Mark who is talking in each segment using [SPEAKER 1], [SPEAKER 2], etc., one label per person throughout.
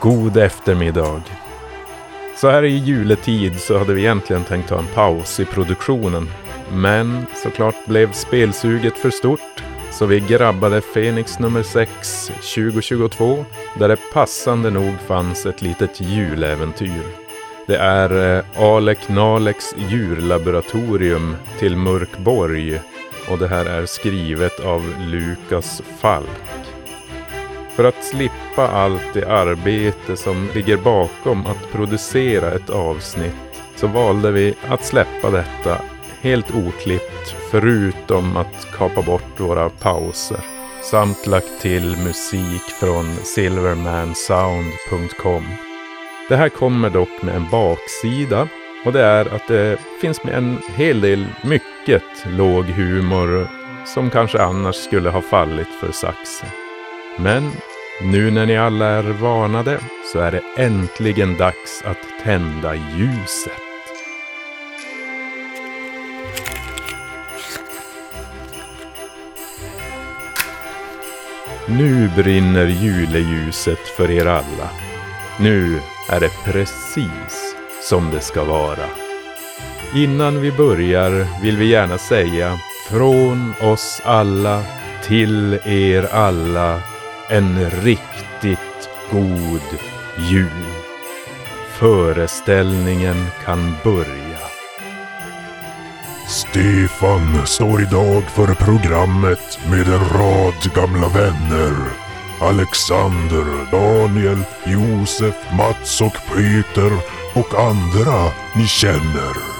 [SPEAKER 1] God eftermiddag. Så här i juletid så hade vi egentligen tänkt ta en paus i produktionen. Men såklart blev spelsuget för stort. Så vi grabbade Fenix nummer 6 2022 där det passande nog fanns ett litet juläventyr. Det är eh, Alek Naleks djurlaboratorium till Mörkborg och det här är skrivet av Lukas Falk. För att slippa allt det arbete som ligger bakom att producera ett avsnitt så valde vi att släppa detta helt oklippt förutom att kapa bort våra pauser samt lagt till musik från silvermansound.com. Det här kommer dock med en baksida och det är att det finns med en hel del mycket låg humor som kanske annars skulle ha fallit för saxen. Men nu när ni alla är varnade så är det äntligen dags att tända ljuset. Nu brinner juleljuset för er alla. Nu är det precis som det ska vara. Innan vi börjar vill vi gärna säga från oss alla till er alla en riktigt god jul. Föreställningen kan börja.
[SPEAKER 2] Stefan står idag för programmet med en rad gamla vänner. Alexander, Daniel, Josef, Mats och Peter och andra ni känner.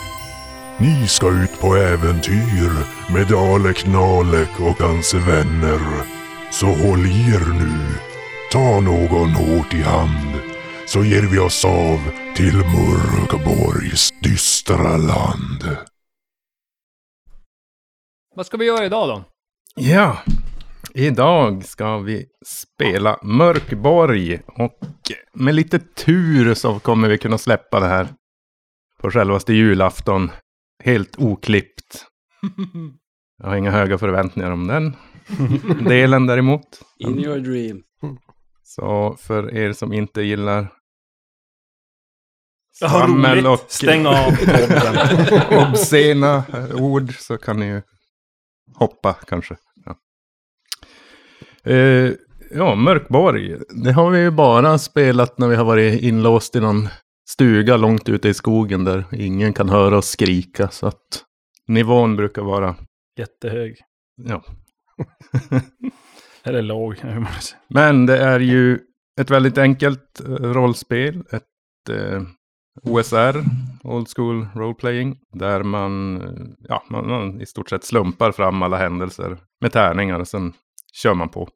[SPEAKER 2] Ni ska ut på äventyr med Alek Nalek och hans vänner. Så håll i er nu. Ta någon hårt i hand. Så ger vi oss av till Mörkborgs dystra land.
[SPEAKER 3] Vad ska vi göra idag då?
[SPEAKER 1] Ja, idag ska vi spela Mörkborg och med lite tur så kommer vi kunna släppa det här på självaste julafton. Helt oklippt. Jag har inga höga förväntningar om den delen däremot.
[SPEAKER 4] In your dream.
[SPEAKER 1] Så för er som inte gillar
[SPEAKER 5] Ja, vad
[SPEAKER 1] Sammel
[SPEAKER 5] roligt.
[SPEAKER 1] och-
[SPEAKER 5] Stäng av podden.
[SPEAKER 1] obscena eh, ord så kan ni ju hoppa kanske. Ja, eh, ja Mörkborg. Det har vi ju bara spelat när vi har varit inlåst i någon stuga långt ute i skogen där ingen kan höra oss skrika. Så att nivån brukar vara,
[SPEAKER 3] Jättehög.
[SPEAKER 1] ja.
[SPEAKER 3] Eller låg. hur man säger.
[SPEAKER 1] Men det är ju ett väldigt enkelt eh, rollspel, ett eh, OSR, Old School Role Playing, där man, eh, ja, man, man i stort sett slumpar fram alla händelser med tärningar och sen kör man på.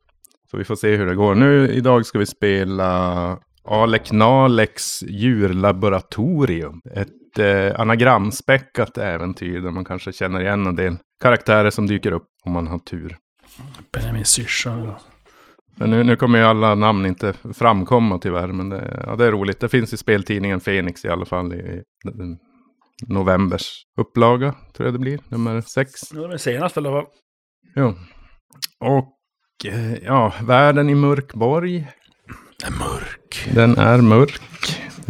[SPEAKER 1] Så vi får se hur det går. Nu idag ska vi spela Alek Naleks djurlaboratorium. Ett eh, anagramspäckat äventyr där man kanske känner igen en del karaktärer som dyker upp om man har tur.
[SPEAKER 3] Benjamin syrsa.
[SPEAKER 1] Men nu, nu kommer ju alla namn inte framkomma tyvärr, men det, ja, det är roligt. Det finns i speltidningen Fenix i alla fall i, i den- novembers upplaga, tror jag det blir, nummer sex.
[SPEAKER 3] Det var det senaste i alla fall.
[SPEAKER 1] Jo. Och eh, ja, världen i Mörkborg. mörk. Den är mörk.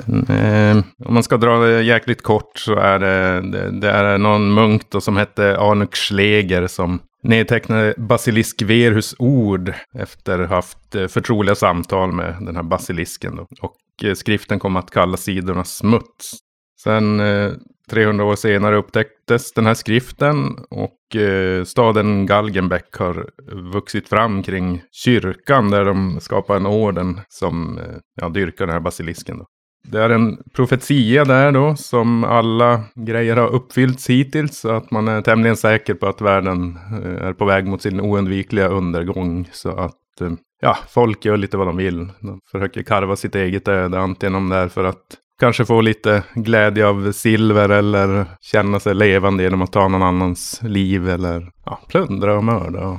[SPEAKER 1] Den, eh, om man ska dra det jäkligt kort så är det, det, det är någon munk då som hette Anuk Schleger som nedtecknade Basilisk Verhus ord efter haft eh, förtroliga samtal med den här basilisken. Då. Och eh, skriften kom att kalla sidorna smuts. Sen eh, 300 år senare upptäcktes den här skriften och eh, staden Galgenbeck har vuxit fram kring kyrkan där de skapar en orden som eh, ja, dyrkar den här basilisken. Då. Det är en profetia där då som alla grejer har uppfyllts hittills så att man är tämligen säker på att världen eh, är på väg mot sin oundvikliga undergång så att eh, ja, folk gör lite vad de vill. De försöker karva sitt eget öde, antingen om det är för att kanske få lite glädje av silver eller känna sig levande genom att ta någon annans liv eller ja, plundra och mörda och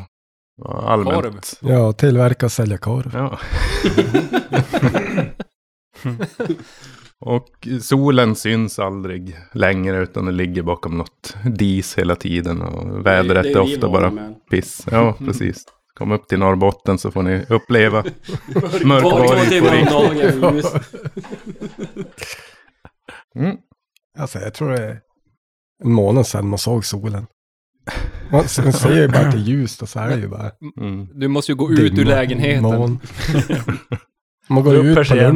[SPEAKER 1] ja, allmänt.
[SPEAKER 5] Korv.
[SPEAKER 6] Ja, tillverka och sälja korv.
[SPEAKER 1] Ja. och solen syns aldrig längre utan den ligger bakom något dis hela tiden och vädret
[SPEAKER 4] Det
[SPEAKER 1] är
[SPEAKER 4] vi
[SPEAKER 1] ofta
[SPEAKER 4] vana
[SPEAKER 1] bara
[SPEAKER 4] med. Mm.
[SPEAKER 1] piss. Ja, precis. Kom upp till Norrbotten så får ni uppleva
[SPEAKER 4] Två två
[SPEAKER 1] mörkborg på
[SPEAKER 4] timmar om
[SPEAKER 1] riktigt.
[SPEAKER 4] dagen. i ljus.
[SPEAKER 1] Mm.
[SPEAKER 6] Alltså jag tror det är en månad sedan man såg solen. Man man ser ju bara att det är ljust och så är det ju bara
[SPEAKER 1] Mm.
[SPEAKER 4] Du måste ju gå ut ur
[SPEAKER 6] dimma,
[SPEAKER 4] lägenheten.
[SPEAKER 6] moln. Man går
[SPEAKER 3] Dra upp
[SPEAKER 6] ut på
[SPEAKER 3] persiennen.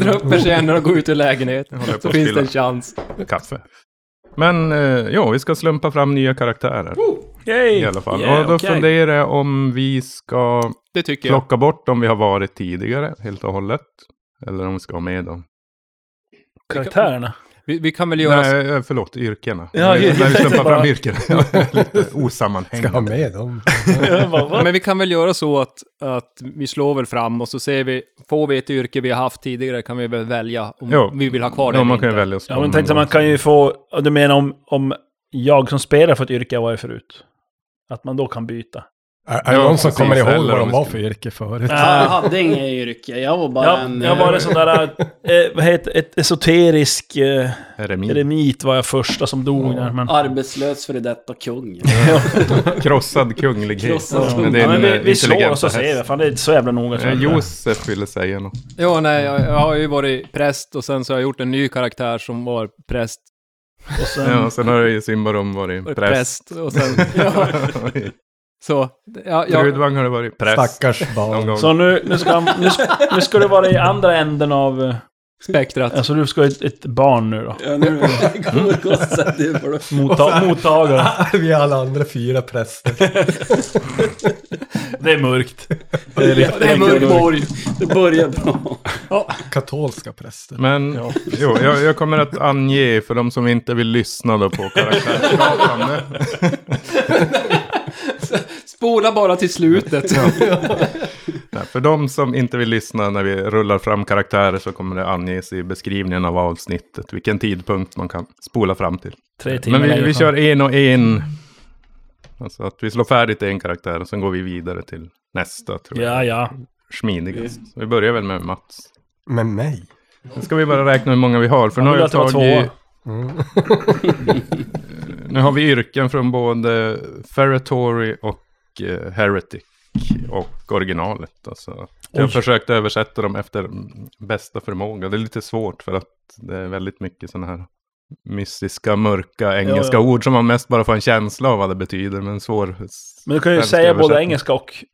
[SPEAKER 4] Dra upp persiennerna och gå ut ur lägenheten.
[SPEAKER 1] håller på
[SPEAKER 4] Så
[SPEAKER 1] att
[SPEAKER 4] finns det en
[SPEAKER 1] spilla
[SPEAKER 4] chans.
[SPEAKER 1] kaffe. Men eh, ja, vi ska slumpa fram nya karaktärer
[SPEAKER 3] Yay!
[SPEAKER 1] i alla fall.
[SPEAKER 4] Yeah,
[SPEAKER 1] och då
[SPEAKER 4] okej.
[SPEAKER 1] funderar jag om vi ska
[SPEAKER 4] Det tycker jag.
[SPEAKER 1] plocka bort de vi har varit tidigare helt och hållet. Eller om vi ska ha med dem.
[SPEAKER 3] Karaktärerna.
[SPEAKER 4] Vi, vi alltså- kan väl göra så.
[SPEAKER 1] Nej, eh, förlåt, yrkena.
[SPEAKER 3] Ja,
[SPEAKER 1] Eh,
[SPEAKER 3] jag
[SPEAKER 1] När vi
[SPEAKER 3] tänkte
[SPEAKER 1] slumpar
[SPEAKER 3] bara-
[SPEAKER 1] fram yrkena. Lite
[SPEAKER 6] Ska ha
[SPEAKER 1] osammanhängande.
[SPEAKER 6] med dem.
[SPEAKER 3] Jag bara, va?
[SPEAKER 4] Men vi kan väl göra så att, att vi slår väl fram och så ser vi, får vi ett yrke vi har haft tidigare kan vi väl välja om
[SPEAKER 1] Jo.
[SPEAKER 4] vi vill ha kvar det
[SPEAKER 1] Ja,
[SPEAKER 4] eller
[SPEAKER 1] man kan ju
[SPEAKER 4] inte.
[SPEAKER 1] välja att slå
[SPEAKER 3] Ja, men
[SPEAKER 1] dem
[SPEAKER 3] tänk så
[SPEAKER 1] ändå.
[SPEAKER 3] man kan ju få... Du menar om, om jag som spelar får ett yrke jag var förut? Att man då kan byta.
[SPEAKER 6] Är, är det
[SPEAKER 1] Ja,
[SPEAKER 6] någon som
[SPEAKER 1] precis,
[SPEAKER 6] kommer ihåg
[SPEAKER 1] eller
[SPEAKER 6] vad
[SPEAKER 1] om vi
[SPEAKER 6] de var
[SPEAKER 1] ska-
[SPEAKER 6] för yrke förut?
[SPEAKER 5] Ja, jag hade inget yrke, jag var bara
[SPEAKER 3] Ja,
[SPEAKER 5] en...
[SPEAKER 3] jag var en sån där, eh, vad heter ett esoterisk eh,
[SPEAKER 1] Eremit.
[SPEAKER 3] eremit var jag första som dog där. Men,
[SPEAKER 5] Arbetslös före detta kung.
[SPEAKER 1] Krossad kunglighet.
[SPEAKER 5] Krossad
[SPEAKER 1] Men det är
[SPEAKER 3] ja, men
[SPEAKER 1] en,
[SPEAKER 3] vi,
[SPEAKER 1] eh,
[SPEAKER 3] vi slår
[SPEAKER 1] intelligenta
[SPEAKER 3] och så
[SPEAKER 1] häst.
[SPEAKER 3] ser vi. Fan, det är så jävla noga. tror
[SPEAKER 1] Eh,
[SPEAKER 3] jag.
[SPEAKER 1] Josef ville säga något.
[SPEAKER 4] Ja, nej, jag, jag har ju varit präst och sen så har jag gjort en ny karaktär som var präst.
[SPEAKER 3] Och sen,
[SPEAKER 1] Ja, sen har ju Simbarom varit
[SPEAKER 4] Varit
[SPEAKER 1] präst.
[SPEAKER 4] präst. Och sen, ja, så. Ja, jag,
[SPEAKER 1] Trudvang har det varit präst.
[SPEAKER 6] Stackars
[SPEAKER 1] någon
[SPEAKER 6] barn.
[SPEAKER 1] gång.
[SPEAKER 3] Så nu, nu, ska, nu, ska, nu ska du vara i andra änden av... eh,
[SPEAKER 4] spektrat.
[SPEAKER 3] Alltså du ska ha ett, ett barn nu då.
[SPEAKER 5] Ja, nu kommer gossen, det är bara...
[SPEAKER 3] Motta, mottagare.
[SPEAKER 6] Vi alla andra fyra präster.
[SPEAKER 3] Det är mörkt.
[SPEAKER 5] Det är,
[SPEAKER 4] det är Mörkborg.
[SPEAKER 5] Det börjar bra.
[SPEAKER 6] Katolska präster.
[SPEAKER 1] Men jo, jag, jag kommer att ange för de som inte vill lyssna då på karaktärsskapande.
[SPEAKER 4] Spola bara till slutet.
[SPEAKER 1] Nej, för de som inte vill lyssna när vi rullar fram karaktärer så kommer det anges i beskrivningen av avsnittet vilken tidpunkt man kan spola fram till.
[SPEAKER 3] Tre timmar
[SPEAKER 1] Men vi,
[SPEAKER 3] längre
[SPEAKER 1] vi
[SPEAKER 3] fram.
[SPEAKER 1] kör en och en. Alltså att vi slår färdigt en karaktär och sen går vi vidare till nästa tror jag.
[SPEAKER 3] Ja, ja.
[SPEAKER 1] Smidigast. Vi börjar väl med Mats.
[SPEAKER 6] Med mig?
[SPEAKER 1] Nu ska vi bara räkna hur många vi har. För nu
[SPEAKER 3] Jag
[SPEAKER 1] har,
[SPEAKER 3] vill
[SPEAKER 1] jag
[SPEAKER 3] att det var
[SPEAKER 1] tagit, Mm.
[SPEAKER 3] två.
[SPEAKER 1] nu har vi yrken från både Ferratory och eh, Heretic. Och originalet. Alltså. Jag har
[SPEAKER 3] Oj.
[SPEAKER 1] försökt översätta dem efter mm, bästa förmåga. Det är lite svårt för att det är väldigt mycket sådana här mystiska, mörka engelska
[SPEAKER 3] ja.
[SPEAKER 1] ord som man mest bara får en känsla av vad det betyder. Men svår...
[SPEAKER 3] Men du kan ju
[SPEAKER 1] svensk
[SPEAKER 3] säga både
[SPEAKER 1] översättning.
[SPEAKER 3] engelska och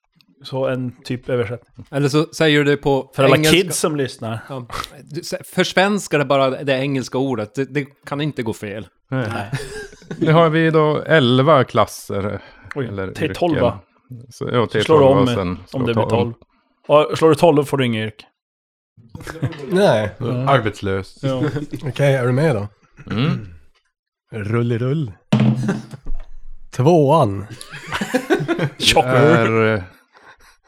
[SPEAKER 3] så en typ översättning.
[SPEAKER 4] Eller så säger du det på
[SPEAKER 3] För alla
[SPEAKER 4] engelska.
[SPEAKER 3] kids som lyssnar.
[SPEAKER 4] Ja. Du sä- Försvenskar det bara det engelska ordet. Det, det kan inte gå fel.
[SPEAKER 1] Nej. Nu har vi då 11 klasser.
[SPEAKER 3] Oj,
[SPEAKER 1] eller
[SPEAKER 3] T12
[SPEAKER 1] yrken.
[SPEAKER 3] va?
[SPEAKER 1] Så, ja, T12
[SPEAKER 3] slår du om, eh,
[SPEAKER 1] och sen
[SPEAKER 3] Om
[SPEAKER 1] slår
[SPEAKER 3] det blir
[SPEAKER 1] ta-
[SPEAKER 3] 12. Ja, slår du 12 då får du inget yrke.
[SPEAKER 6] Nej.
[SPEAKER 7] Arbetslös.
[SPEAKER 3] Mm. Ja.
[SPEAKER 6] Okej, är du med då?
[SPEAKER 1] Mm.
[SPEAKER 6] Rullirull. Tvåan.
[SPEAKER 1] är eh,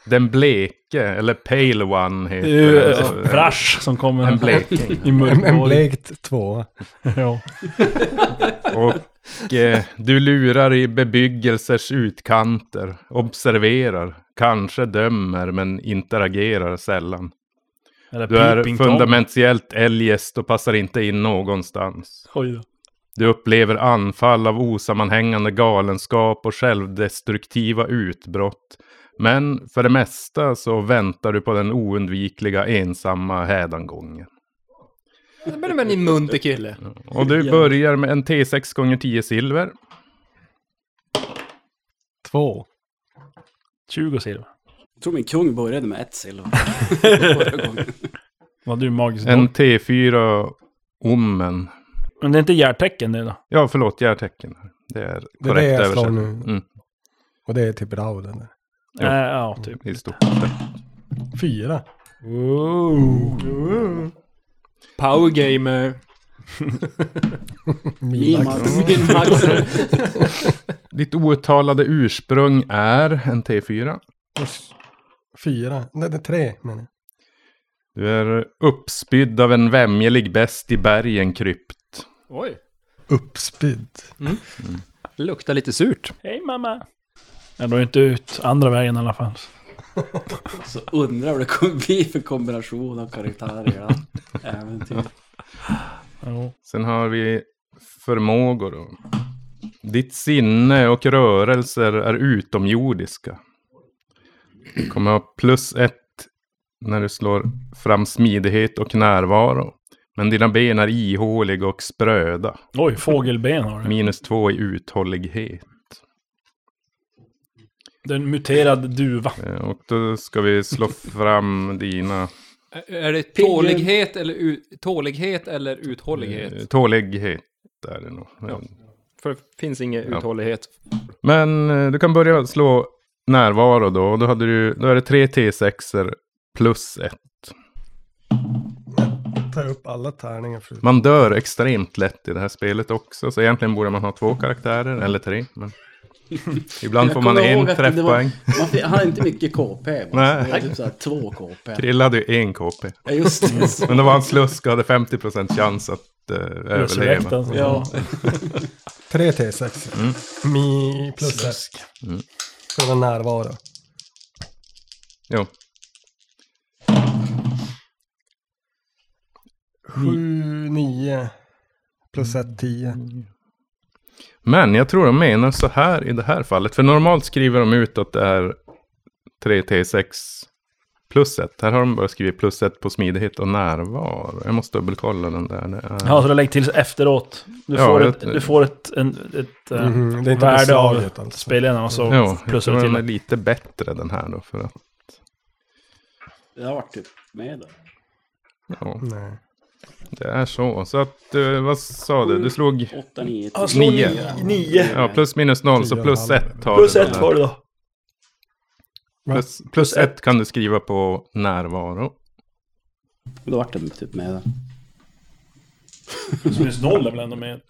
[SPEAKER 1] den bleke, eller pale one heter
[SPEAKER 3] Det är ju
[SPEAKER 1] den. alltså.
[SPEAKER 3] eh, Frasch som kommer.
[SPEAKER 1] äh, En bleking.
[SPEAKER 3] I
[SPEAKER 6] En, en
[SPEAKER 3] mörkborg.
[SPEAKER 6] blekt tvåa.
[SPEAKER 3] Ja.
[SPEAKER 1] Och eh, du lurar i bebyggelsers utkanter, observerar, kanske dömer men interagerar sällan.
[SPEAKER 3] Eller
[SPEAKER 1] Du är
[SPEAKER 3] Peeping Tom.
[SPEAKER 1] fundamentiellt eljest och passar inte in någonstans.
[SPEAKER 3] Oj då.
[SPEAKER 1] Du upplever anfall av osammanhängande galenskap och självdestruktiva utbrott. Men för det mesta så väntar du på den oundvikliga ensamma hädangången.
[SPEAKER 4] Men, men en munter kille.
[SPEAKER 1] Och du börjar med en T6 gånger 10 silver.
[SPEAKER 6] Två.
[SPEAKER 3] 20 silver.
[SPEAKER 5] Jag tror min kung började med ett silver. Förra gången.
[SPEAKER 3] Vad du magisk
[SPEAKER 1] En
[SPEAKER 3] en...
[SPEAKER 1] T4 ommen.
[SPEAKER 3] Men det är inte hjärtecken nu då?
[SPEAKER 1] Ja, förlåt, jag har tecken här. Det är korrekt
[SPEAKER 6] Det är det jag slår
[SPEAKER 1] översättning.
[SPEAKER 6] nu.
[SPEAKER 1] Mm,
[SPEAKER 6] Och det är typ rauden.
[SPEAKER 1] Jo.
[SPEAKER 3] Nej, ja, typ.
[SPEAKER 1] i stort.
[SPEAKER 6] Fyra.
[SPEAKER 4] Power game.
[SPEAKER 5] Min
[SPEAKER 6] Minimax.
[SPEAKER 5] max. Min max.
[SPEAKER 1] Ditt outtalade ursprung är en T4.
[SPEAKER 6] Fyra. Nej, det är tre menar jag.
[SPEAKER 1] Du är uppspydd av en vämjelig best i bergen krypt.
[SPEAKER 4] Oj.
[SPEAKER 6] Uppspydd.
[SPEAKER 3] Mm.
[SPEAKER 4] Luktar lite surt.
[SPEAKER 3] Hej mamma! Jag når inte ut andra vägen i alla fall.
[SPEAKER 5] Så undrar vad det kommer bli för kombination av karaktärer i det här äventyret.
[SPEAKER 3] Jo.
[SPEAKER 1] Sen har vi förmågor då. Ditt sinne och rörelser är utomjordiska. Du kommer ha plus ett när du slår fram smidighet och närvaro. Men dina ben är ihåliga och spröda.
[SPEAKER 3] Oj, fågelben har du.
[SPEAKER 1] Minus två i uthållighet.
[SPEAKER 3] Det är en muterad duva.
[SPEAKER 1] Eh, Och då ska vi slå fram dina
[SPEAKER 4] Ä- Är det tålighet eller, u- tålighet eller uthållighet?
[SPEAKER 1] eh, tålighet. Är det nog.
[SPEAKER 4] För det finns ingen
[SPEAKER 1] Ja.
[SPEAKER 4] uthållighet.
[SPEAKER 1] Men eh, du kan börja slå närvaro då. Och Då, hade du, då är det tre T6er plus ett.
[SPEAKER 6] Ta upp alla tärningar förut.
[SPEAKER 1] Man dör extremt lätt i det här spelet också. Så egentligen borde man ha två karaktärer eller tre. Men ibland
[SPEAKER 5] Jag
[SPEAKER 1] får man
[SPEAKER 5] kommer
[SPEAKER 1] en
[SPEAKER 5] ihåg att det var-
[SPEAKER 1] träffpoäng.
[SPEAKER 5] Man fick, han hade inte mycket KP. va?
[SPEAKER 1] Nej.
[SPEAKER 5] Det var typ såhär två KP.
[SPEAKER 1] Krilla hade ju en KP.
[SPEAKER 5] Ja, just det. Så.
[SPEAKER 1] Men då var han slusk och hade 50% chans att eh,
[SPEAKER 3] Resurrect,
[SPEAKER 1] överleva.
[SPEAKER 3] alltså.
[SPEAKER 5] Ja,
[SPEAKER 6] 3 T6. Mi plus 1.
[SPEAKER 1] Mm.
[SPEAKER 6] Ska vara närvaro.
[SPEAKER 1] Jo.
[SPEAKER 6] Sju, nio. Plus ett, tio.
[SPEAKER 1] Men jag tror de menar så här i det här fallet. För normalt skriver de ut att det är 3T6 plus 1. Här har de bara skrivit plus 1 på smidighet och närvaro. Jag måste dubbelkolla den där. Det är...
[SPEAKER 3] Ja, så det lägger till efteråt. Du
[SPEAKER 1] Ja,
[SPEAKER 3] får,
[SPEAKER 1] jag-
[SPEAKER 3] ett, du får ett, en, ett eh,
[SPEAKER 6] Mhm, Det är inte på
[SPEAKER 3] värde av
[SPEAKER 6] slaget alltså.
[SPEAKER 3] spelen och så
[SPEAKER 1] Jo, jag
[SPEAKER 3] plussar
[SPEAKER 1] tror
[SPEAKER 3] du till
[SPEAKER 1] den är
[SPEAKER 3] det.
[SPEAKER 1] lite bättre den här då. För att,
[SPEAKER 5] jag har varit typ med där.
[SPEAKER 1] ja,
[SPEAKER 6] Nej.
[SPEAKER 1] det är så. Så att, eh, vad sa du? Du slog...
[SPEAKER 5] Åtta, nio,
[SPEAKER 3] Han
[SPEAKER 5] tio.
[SPEAKER 3] slår
[SPEAKER 1] Nio.
[SPEAKER 3] nio. nio.
[SPEAKER 1] Ja, plus minus noll, så
[SPEAKER 6] Tio
[SPEAKER 1] plus
[SPEAKER 6] och en halv.
[SPEAKER 1] ett har
[SPEAKER 3] Mm. Plus
[SPEAKER 1] du.
[SPEAKER 3] ett var det då.
[SPEAKER 6] Va?
[SPEAKER 1] Plus, plus ett kan du skriva på närvaro.
[SPEAKER 5] Då vart den typ med där.
[SPEAKER 3] Plus minus noll är väl ändå med.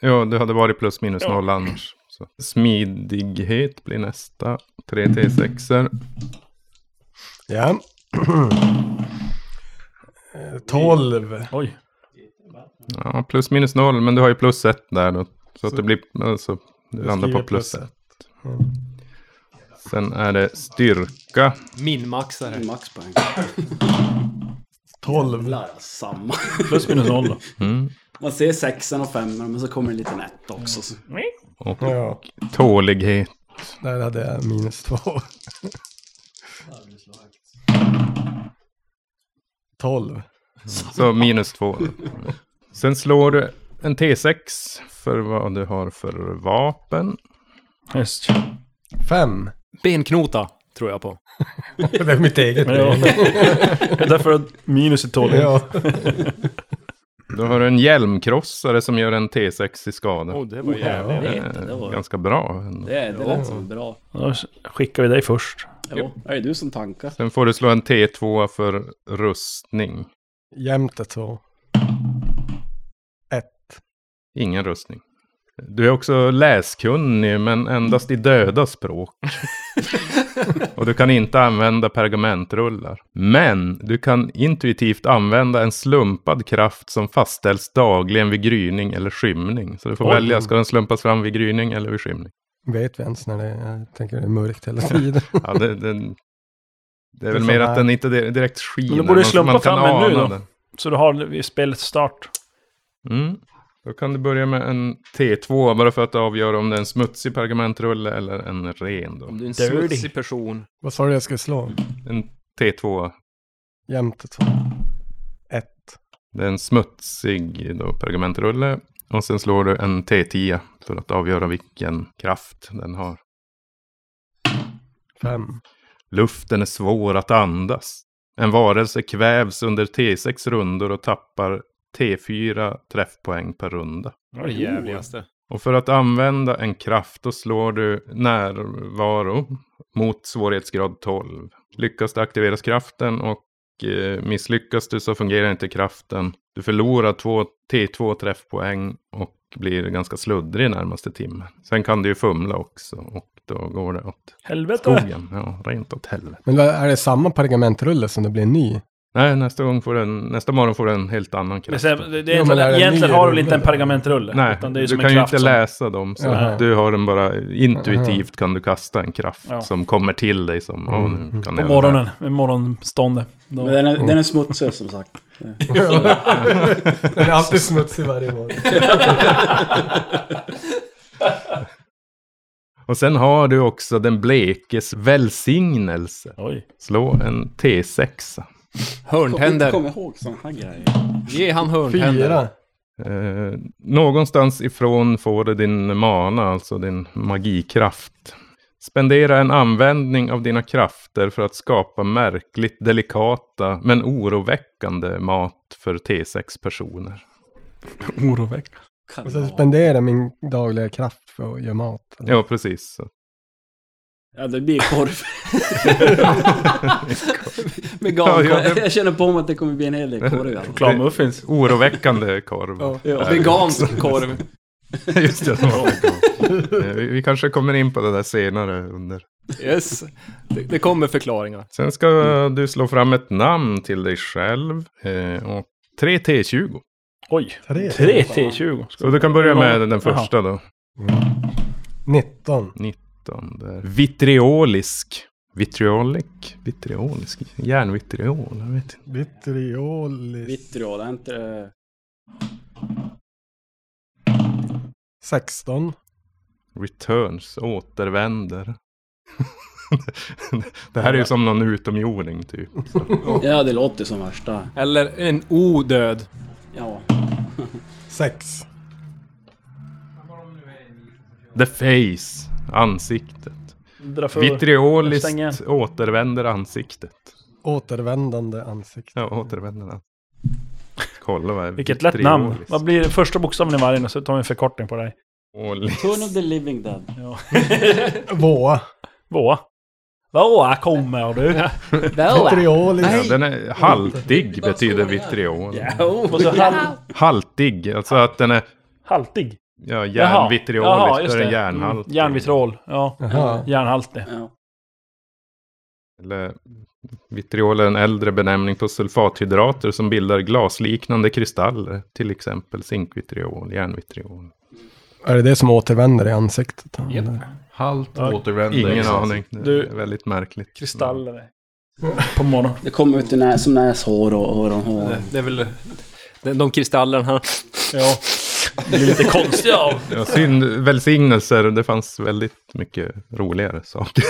[SPEAKER 1] Ja, du hade varit plus minus
[SPEAKER 3] Ja.
[SPEAKER 1] noll annars. Så. Smidighet blir nästa. 3 T6er.
[SPEAKER 6] Ja. Eh, Tolv.
[SPEAKER 3] Oj.
[SPEAKER 1] Ja, plus minus noll, men du har ju plus ett där då. Så, att det blir, alltså, du landar på
[SPEAKER 6] skriver
[SPEAKER 1] plus
[SPEAKER 6] plus
[SPEAKER 1] ett. Sen är det styrka.
[SPEAKER 4] Minmaxare.
[SPEAKER 5] Maxpoäng.
[SPEAKER 6] Tolv.
[SPEAKER 5] Jävlar, samma.
[SPEAKER 3] Plus minus noll då.
[SPEAKER 5] Man ser sexan och femman, men så kommer en liten etta också. Så.
[SPEAKER 1] Och
[SPEAKER 6] Ja,
[SPEAKER 1] tålighet.
[SPEAKER 6] där hade jag minus två. Tolv.
[SPEAKER 1] Så minus två. Sen slår du en T6 för vad du har för vapen.
[SPEAKER 3] Just.
[SPEAKER 6] Fem.
[SPEAKER 4] Benknota, tror jag på.
[SPEAKER 6] Det är mitt eget.
[SPEAKER 3] Men det var... Det är därför att minus är tolv.
[SPEAKER 6] Ja.
[SPEAKER 1] Då har du en hjälmkrossare som gör en T6 i skada.
[SPEAKER 4] Åh, Oh, det var jävligt.
[SPEAKER 5] Jag
[SPEAKER 1] det
[SPEAKER 5] vet det, det
[SPEAKER 1] är
[SPEAKER 5] var...
[SPEAKER 1] ganska bra. ändå.
[SPEAKER 5] Det, det lät som bra.
[SPEAKER 3] Då skickar vi dig först.
[SPEAKER 5] Ja, är det du som tankar?
[SPEAKER 1] Sen får du slå en T2 för rustning.
[SPEAKER 6] Jämte två. Ett.
[SPEAKER 1] Ingen rustning. Du är också läskunnig, men endast i döda språk. Och du kan inte använda pergamentrullar. Men du kan intuitivt använda en slumpad kraft som fastställs dagligen vid gryning eller skymning. Så du får
[SPEAKER 3] Oj.
[SPEAKER 1] välja, ska den slumpas fram vid gryning eller vid skymning?
[SPEAKER 6] Vet vi ens när det är, jag tänker det är mörkt hela tiden.
[SPEAKER 1] Ja, det, den, det är
[SPEAKER 6] Det
[SPEAKER 1] väl
[SPEAKER 6] är
[SPEAKER 1] mer
[SPEAKER 6] sån
[SPEAKER 1] att
[SPEAKER 6] här-
[SPEAKER 1] den inte di- direkt skiner.
[SPEAKER 3] borde
[SPEAKER 1] men
[SPEAKER 3] slumpa
[SPEAKER 1] man kan
[SPEAKER 3] fram en nu
[SPEAKER 1] ana
[SPEAKER 3] då.
[SPEAKER 1] den.
[SPEAKER 3] Så du har vid spelets start.
[SPEAKER 1] Mm. Då kan du börja med en T2 bara för att avgöra om det är en smutsig pergamentrulle eller en ren. Då.
[SPEAKER 4] Om du är en
[SPEAKER 3] Dirty.
[SPEAKER 4] smutsig person.
[SPEAKER 6] Vad sa du jag skulle slå?
[SPEAKER 1] En T2,
[SPEAKER 6] Jämte två. Ett.
[SPEAKER 1] det är en smutsig då, pergamentrulle. Och sen slår du en T10 för att avgöra vilken kraft den har.
[SPEAKER 6] Fem.
[SPEAKER 1] Luften är svår att andas. En varelse kvävs under T6 rundor och tappar T4 träffpoäng per runda.
[SPEAKER 4] Det var det jävligaste.
[SPEAKER 1] Och för att använda en kraft då slår du närvaro mot svårighetsgrad 12. Lyckas det aktiveras kraften och eh, misslyckas du så fungerar inte kraften. Du förlorar två T2 träffpoäng och blir ganska sluddrig närmaste timmen. Sen kan du ju fumla också och då går det åt
[SPEAKER 3] Helvete!
[SPEAKER 1] skogen. Ja, rent åt helvete.
[SPEAKER 6] Men vad- är det samma pergamentrulle som det blir ny?
[SPEAKER 1] Nej, nästa, gång får du en, nästa morgon får du en helt annan
[SPEAKER 3] Men
[SPEAKER 1] kraft.
[SPEAKER 3] sen, det, det,
[SPEAKER 6] Jo, men är det en
[SPEAKER 3] egentligen
[SPEAKER 6] ny
[SPEAKER 3] har du väl inte en
[SPEAKER 6] rulle?
[SPEAKER 3] pergamentrulle?
[SPEAKER 1] Nej,
[SPEAKER 3] utan det är
[SPEAKER 1] du
[SPEAKER 3] som en
[SPEAKER 1] kan ju
[SPEAKER 3] kraft
[SPEAKER 1] inte
[SPEAKER 3] som-
[SPEAKER 1] läsa dem. Så
[SPEAKER 6] Jaha.
[SPEAKER 1] du har den bara intuitivt kan du kasta en kraft
[SPEAKER 3] Ja.
[SPEAKER 1] som kommer till dig som... "Åh, nu
[SPEAKER 6] Mm.
[SPEAKER 1] kan
[SPEAKER 3] På
[SPEAKER 1] jag
[SPEAKER 3] morgonen, med morgonståndet. Då-
[SPEAKER 5] Men den är, den är smutsig som sagt.
[SPEAKER 6] Den är alltid smutsig varje morgon.
[SPEAKER 1] det här." Och sen har du också den blekes välsignelse.
[SPEAKER 3] Oj.
[SPEAKER 1] Slå en T6.
[SPEAKER 4] Hörntänder.
[SPEAKER 5] Kom ihåg sådana här grejer.
[SPEAKER 4] Ge han hörntänder.
[SPEAKER 6] Fyra.
[SPEAKER 1] Eh, någonstans ifrån får du din mana, alltså din magikraft. Spendera en användning av dina krafter för att skapa märkligt delikata men oroväckande mat för T6 personer.
[SPEAKER 4] Oroväckande.
[SPEAKER 6] Och så spenderar jag min dagliga kraft för att göra mat.
[SPEAKER 1] Ja, precis. Så.
[SPEAKER 5] Ja, det blir korv. Med
[SPEAKER 1] Ja,
[SPEAKER 5] gammal
[SPEAKER 1] ja,
[SPEAKER 5] korv.
[SPEAKER 1] det-
[SPEAKER 5] Jag känner på mig att det kommer bli en hel del korv. alltså.
[SPEAKER 3] Chokladmuffins.
[SPEAKER 1] Oroväckande korv.
[SPEAKER 5] Ja,
[SPEAKER 1] Är det
[SPEAKER 5] vegansk korv.
[SPEAKER 1] Just det, det var vegan. Eh, vi- Vi kanske kommer in på det där senare under.
[SPEAKER 4] Yes. Det, det kommer förklaringar.
[SPEAKER 1] Sen ska du slå fram ett namn till dig själv. Eh, och 3 T20.
[SPEAKER 3] Oj.
[SPEAKER 6] Tre.
[SPEAKER 3] 3 T20.
[SPEAKER 1] Så du kan börja med den första då.
[SPEAKER 6] 19.
[SPEAKER 1] 19 där. Vitriolisk. Vitriolic? Vitriolisk? Järnvitriol? Jag vet inte.
[SPEAKER 6] Vitriolis.
[SPEAKER 5] Vitriol, är inte det...
[SPEAKER 6] 16.
[SPEAKER 1] Returns. Återvänder. det här är ju som någon utomjording typ.
[SPEAKER 5] Ja, det låter som värsta.
[SPEAKER 4] Eller en odöd.
[SPEAKER 5] Ja.
[SPEAKER 6] 6.
[SPEAKER 1] The face. Ansiktet.
[SPEAKER 3] Dra för. Jag
[SPEAKER 1] Vitrioliskt
[SPEAKER 3] stänger.
[SPEAKER 1] återvänder ansiktet.
[SPEAKER 6] Återvändande ansikte.
[SPEAKER 1] Ja, återvänder ansiktet. Kolla vad
[SPEAKER 3] Vilket lätt namn. Vad blir första bokstaven i varje och så tar vi en förkortning på dig.
[SPEAKER 1] Vitrioliskt.
[SPEAKER 5] Turn of the living dead.
[SPEAKER 6] Våa.
[SPEAKER 3] Våa. Våa kommer du.
[SPEAKER 6] Vitriolis.
[SPEAKER 1] Ja, den är haltig betyder vitriol.
[SPEAKER 3] Och så hal
[SPEAKER 1] Haltig, alltså att den är
[SPEAKER 3] haltig.
[SPEAKER 1] ja,
[SPEAKER 3] Jaha. Jaha,
[SPEAKER 1] järnvitriolisk.
[SPEAKER 3] just
[SPEAKER 1] Då är den
[SPEAKER 3] det. Mm,
[SPEAKER 1] järnhaltig.
[SPEAKER 3] Järnvitrol. Ja.
[SPEAKER 6] Jaha.
[SPEAKER 3] Järnhaltig.
[SPEAKER 5] Ja.
[SPEAKER 1] Eller, vitriol är en äldre benämning på sulfathydrater som bildar glasliknande kristaller. Till exempel zinkvitriol, järnvitriol.
[SPEAKER 6] Är det det som återvänder i ansiktet?
[SPEAKER 4] Japp.
[SPEAKER 6] Eller?
[SPEAKER 7] Halt
[SPEAKER 3] Ja.
[SPEAKER 7] återvänder.
[SPEAKER 1] Ingen aning.
[SPEAKER 3] Du-
[SPEAKER 1] Det är väldigt märkligt.
[SPEAKER 3] Kristaller. På morgonen.
[SPEAKER 5] Det kommer ut i nä som näshår och öronhår.
[SPEAKER 4] Det, det är väl de, de kristallerna han...
[SPEAKER 3] Ja. Blir lite konstiga av.
[SPEAKER 1] Ja, synd, välsignelser, det fanns väldigt mycket roligare saker.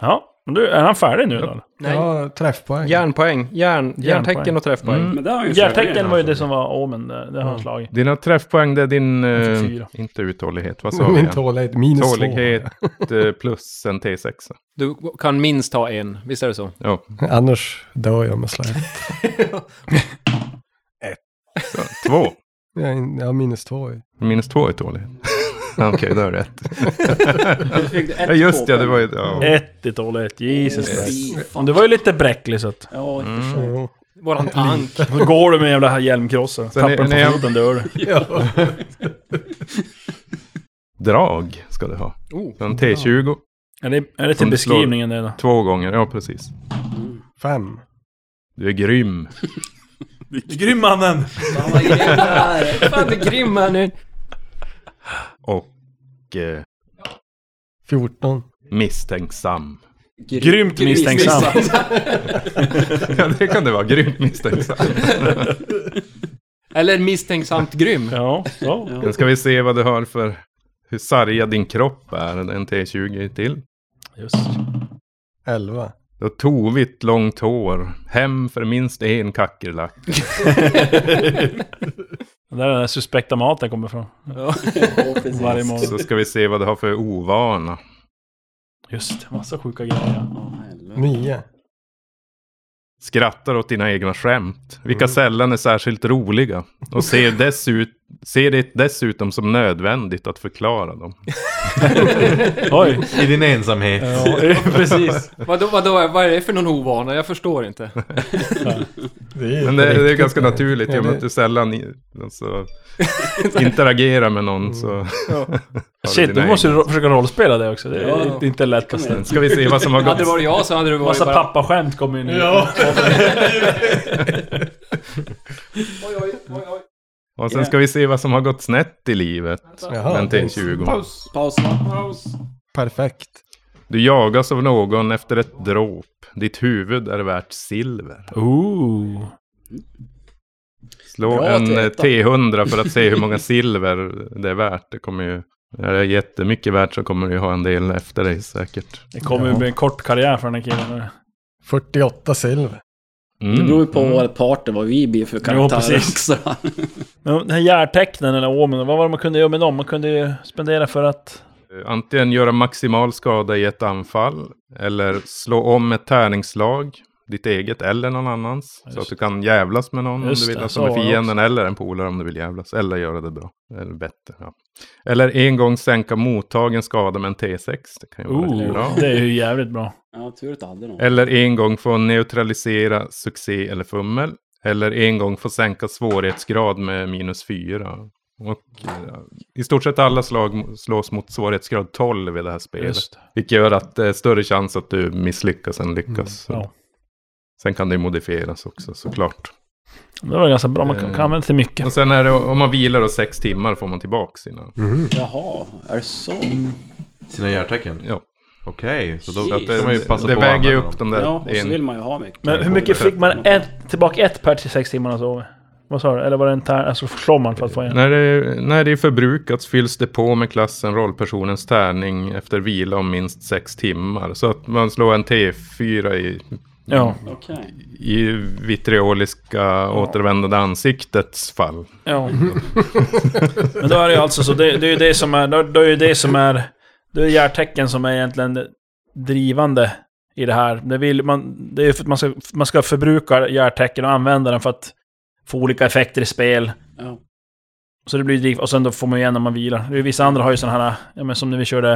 [SPEAKER 3] Ja. Men du, är han färdig nu då?
[SPEAKER 4] Nej.
[SPEAKER 6] Ja, träffpoäng.
[SPEAKER 4] Järnpoäng. Järn, järntecken och träffpoäng.
[SPEAKER 1] Mm.
[SPEAKER 5] Men det har han ju
[SPEAKER 3] Järtecken var ju det som var omen. där. Det har han slagit.
[SPEAKER 1] Dina träffpoäng, det är din... eh,
[SPEAKER 3] fyra.
[SPEAKER 1] inte uthållighet, vad sa vi?
[SPEAKER 6] Min
[SPEAKER 1] igen?
[SPEAKER 6] tålighet minus två.
[SPEAKER 1] Tålighet eh, plus en T6.
[SPEAKER 4] Du kan minst ha en, visst är det så?
[SPEAKER 1] Ja,
[SPEAKER 6] Annars dör jag med släp.
[SPEAKER 1] två.
[SPEAKER 6] Jag har- jag har minus två i.
[SPEAKER 1] Minus två är tålighet. Okej, då har du rätt.
[SPEAKER 5] Ja,
[SPEAKER 1] Ja, just det, det var ju... Ja.
[SPEAKER 3] Ett i tålet. Jesus Christ.
[SPEAKER 5] Fy fan.
[SPEAKER 3] Men Du var ju lite bräcklig så att...
[SPEAKER 5] Ja, i och
[SPEAKER 4] Mm.
[SPEAKER 5] för sig.
[SPEAKER 6] Jo.
[SPEAKER 4] Våran tank.
[SPEAKER 3] Då går du med jävla här hjälmkrossen.
[SPEAKER 1] Sen
[SPEAKER 3] Tappar
[SPEAKER 1] är-
[SPEAKER 3] den
[SPEAKER 1] när jag-
[SPEAKER 3] på foten, dör du.
[SPEAKER 1] Drag ska du ha.
[SPEAKER 4] Oh,
[SPEAKER 1] Så En T20,
[SPEAKER 3] Är det, är det till
[SPEAKER 1] Om du slår-
[SPEAKER 3] beskrivningen det då?
[SPEAKER 1] två gånger. Ja, precis.
[SPEAKER 6] Fem.
[SPEAKER 1] Du är grym.
[SPEAKER 3] Grym mannen!
[SPEAKER 5] Fan, vad grejer det här är.
[SPEAKER 4] Fan, det är grym här nu.
[SPEAKER 1] Och eh,
[SPEAKER 6] Fjorton.
[SPEAKER 1] misstänksam.
[SPEAKER 3] Grymt misstänksam.
[SPEAKER 1] Ja, det kan det vara. Grymt misstänksam.
[SPEAKER 4] Eller misstänksamt grym.
[SPEAKER 3] Ja, så.
[SPEAKER 1] Nu ska vi se vad du har för... Hur sargad din kropp är. En T20 till.
[SPEAKER 3] Just.
[SPEAKER 6] Elva.
[SPEAKER 1] Du har tovigt långt hår. Hem för minst en kackerlack.
[SPEAKER 3] Det där är den där suspekta maten kommer ifrån.
[SPEAKER 5] Ja, precis.
[SPEAKER 3] Varje morgon.
[SPEAKER 1] Så ska vi se vad du har för ovana.
[SPEAKER 3] Just massa sjuka grejer.
[SPEAKER 5] Ja, helvete.
[SPEAKER 6] Nio.
[SPEAKER 1] Skrattar åt dina egna skämt. Vilka sällan är särskilt roliga. Och ser, dessut ser det dessutom som nödvändigt att förklara dem.
[SPEAKER 3] Oj!
[SPEAKER 7] I din ensamhet.
[SPEAKER 3] Ja, eh, precis.
[SPEAKER 4] Vadå, vadå, vad är det för någon ovana? Jag förstår inte.
[SPEAKER 6] Det är
[SPEAKER 1] Men det,
[SPEAKER 6] inte
[SPEAKER 1] det är
[SPEAKER 6] riktigt
[SPEAKER 1] ganska
[SPEAKER 6] det.
[SPEAKER 1] naturligt i
[SPEAKER 6] Ja,
[SPEAKER 1] och med att
[SPEAKER 6] det,
[SPEAKER 1] du sällan i- alltså, interagerar med någon. Så har du
[SPEAKER 3] Shit,
[SPEAKER 1] dina
[SPEAKER 3] du måste
[SPEAKER 1] egna.
[SPEAKER 3] ju ro- försöka rollspela det också. Det är
[SPEAKER 5] Ja.
[SPEAKER 3] det är inte lätt.
[SPEAKER 5] Kom igen.
[SPEAKER 1] Ska vi se vad som har
[SPEAKER 4] Hade det
[SPEAKER 1] gått.
[SPEAKER 4] varit jag så hade det varit
[SPEAKER 3] Massa
[SPEAKER 4] bara...
[SPEAKER 3] pappaskämt kommer ju nu.
[SPEAKER 1] Och sen ska vi se vad som har gått snett i livet.
[SPEAKER 5] Alltså.
[SPEAKER 6] Jaha,
[SPEAKER 1] Den till en
[SPEAKER 6] paus.
[SPEAKER 1] 20.
[SPEAKER 5] Paus.
[SPEAKER 6] perfekt.
[SPEAKER 1] Du jagas av någon efter ett dråp. Ditt huvud är värt silver.
[SPEAKER 3] Ooh.
[SPEAKER 1] Slå
[SPEAKER 4] Bra
[SPEAKER 1] en eh,
[SPEAKER 4] teta.
[SPEAKER 1] T100 för att se hur många silver det är värt. Det kommer ju Är det jättemycket värt så kommer du ju ha en del efter dig säkert.
[SPEAKER 3] Det kommer ju bli en kort karriär för den här killen nu.
[SPEAKER 6] 48 silver.
[SPEAKER 1] Mm.
[SPEAKER 5] Det beror ju på
[SPEAKER 1] Mm.
[SPEAKER 5] vad parten, vad vi blir för
[SPEAKER 3] Jo,
[SPEAKER 5] karaktärer
[SPEAKER 3] precis.
[SPEAKER 5] också.
[SPEAKER 3] Men de här järtecknen eller åmen, vad var det man kunde göra med dem? Man kunde ju spendera för att...
[SPEAKER 1] Eh, Antingen göra maximal skada i ett anfall. Eller slå om ett tärningslag. Ditt eget eller någon annans.
[SPEAKER 3] Ja,
[SPEAKER 1] så att
[SPEAKER 3] just
[SPEAKER 1] du kan jävlas med någon
[SPEAKER 3] Just
[SPEAKER 1] om du vill.
[SPEAKER 3] det,
[SPEAKER 1] Alltså
[SPEAKER 3] så
[SPEAKER 1] med
[SPEAKER 3] var det
[SPEAKER 1] fienden eller en polare om du vill jävlas. Eller göra det bra. Eller bättre. Ja. Eller en gång sänka mottagen skada med en T6. Det kan ju vara rätt bra.
[SPEAKER 3] det är ju jävligt bra.
[SPEAKER 5] Ja, tur att du hade någon.
[SPEAKER 1] Eller en gång få neutralisera succé eller fummel. Eller en gång få sänka svårighetsgrad med minus fyra. Och eh, i stort sett alla slag mo- slås mot svårighetsgrad 12 i det här spelet.
[SPEAKER 3] Just det.
[SPEAKER 1] Vilket gör att det är större chans att du misslyckas än lyckas.
[SPEAKER 3] Mm,
[SPEAKER 1] Så. Sen kan det ju modifieras också såklart.
[SPEAKER 3] Det var ganska bra, man kan, kan använda till mycket.
[SPEAKER 1] Och sen är det om Eh, man vilar och sex timmar får man tillbaka sina.
[SPEAKER 5] Mm. Jaha, är det så?
[SPEAKER 7] Sina hjärtecken?
[SPEAKER 1] Ja.
[SPEAKER 7] Okej, så då
[SPEAKER 5] Shit.
[SPEAKER 7] då kan man ju passa
[SPEAKER 1] det
[SPEAKER 7] på att
[SPEAKER 1] väger ju
[SPEAKER 7] använda
[SPEAKER 1] upp
[SPEAKER 7] dem.
[SPEAKER 1] de där.
[SPEAKER 5] Ja, och så
[SPEAKER 1] en-
[SPEAKER 5] vill man ju ha mycket.
[SPEAKER 3] Men hur mycket fick man ett, tillbaka ett per till sex timmar och så? Vad sa du? Eller var det en tär... Alltså slår man för att få en?
[SPEAKER 1] När det, när det är förbrukat så fylls det på med klassen rollpersonens tärning efter vila om minst sex timmar. Så att man slår en T4 i,
[SPEAKER 3] Ja.
[SPEAKER 5] Okej.
[SPEAKER 1] i vitrioliska återvändande ansiktets fall.
[SPEAKER 3] ja. Men då är det ju alltså så, det, det är ju det som är... Då, då är ju det som är... Det är hjärtecken som är egentligen drivande i det här. Det, vill man, det är ju för att man ska, man ska förbruka hjärtecken och använda den för att få olika effekter i spel.
[SPEAKER 5] Ja.
[SPEAKER 3] Så det blir driv, och sen då får man ju igen när man vilar. Det är Vissa andra har ju sådana här, ja men som när vi körde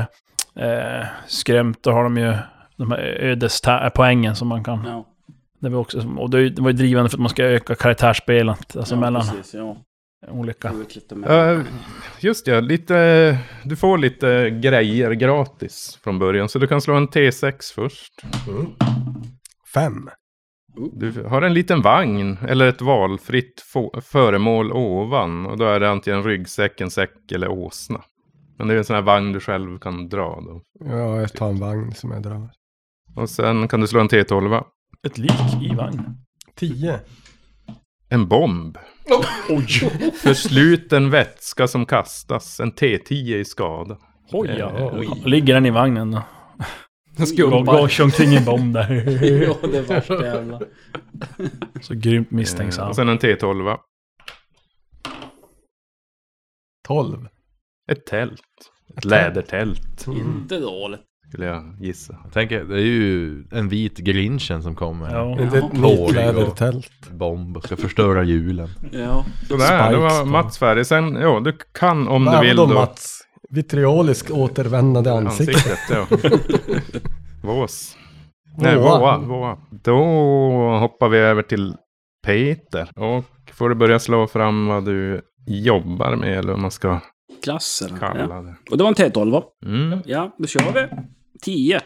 [SPEAKER 3] eh, skrämt, då har de ju de här ödespoängen som man kan...
[SPEAKER 5] Ja,
[SPEAKER 3] Det var också, och det är ju- det var ju drivande för att man ska öka karaktärsspelet, alltså
[SPEAKER 5] ja,
[SPEAKER 3] mellan
[SPEAKER 5] precis. Ja,
[SPEAKER 3] olika.
[SPEAKER 5] Få ut lite mer.
[SPEAKER 1] Eh, just ja, lite, du får lite grejer gratis från början. Så du kan slå en T6 först.
[SPEAKER 6] Fem.
[SPEAKER 1] Du har en liten vagn eller ett valfritt få- föremål ovan. Och då är det antingen ryggsäck, en säck eller åsna. Men det är en sån här vagn du själv kan dra då.
[SPEAKER 6] Ja, jag tar en vagn som jag drar.
[SPEAKER 1] Och sen kan du slå en T12.
[SPEAKER 3] Ett lik i vagn.
[SPEAKER 6] Tio.
[SPEAKER 1] En bomb. Försluten vätska som kastas. En T10 i skada.
[SPEAKER 3] Oj, ja.
[SPEAKER 1] Eh,
[SPEAKER 3] Ligger den i vagnen då? Gå-
[SPEAKER 4] Skumpar.
[SPEAKER 3] Gå omkring en bomb där.
[SPEAKER 5] ja, det är värsta jävla...
[SPEAKER 3] Så grymt
[SPEAKER 1] Eh,
[SPEAKER 3] misstänksam.
[SPEAKER 1] Och sen en T12.
[SPEAKER 6] Tolv.
[SPEAKER 1] Ett tält. Ett lädertält
[SPEAKER 4] Mm.
[SPEAKER 5] Inte dåligt.
[SPEAKER 1] skulle jag gissa.
[SPEAKER 7] Tänk, er, det är ju en vit grinchen som kommer.
[SPEAKER 3] Ja.
[SPEAKER 6] Det är ett
[SPEAKER 7] Tolv.
[SPEAKER 6] nytt lädertält.
[SPEAKER 7] Bomb och ska förstöra julen.
[SPEAKER 5] Ja.
[SPEAKER 1] Sådär, det var
[SPEAKER 6] Spikes då.
[SPEAKER 1] Mats färdig. Sen, ja, du kan om
[SPEAKER 6] Vad
[SPEAKER 1] du vill
[SPEAKER 6] är då
[SPEAKER 1] då.
[SPEAKER 6] Mats? Vitriolisk återvändande ansikte.
[SPEAKER 1] Ansiktet, ja. Vås. Nej,
[SPEAKER 6] Våa.
[SPEAKER 1] våa. våa. Då hoppar vi över till Peter. Och får du börja slå fram vad du jobbar med eller vad man ska
[SPEAKER 5] Klasser. Ja.
[SPEAKER 1] kalla det.
[SPEAKER 5] Och det var en T12.
[SPEAKER 1] Mm.
[SPEAKER 5] Ja, då kör vi. 10.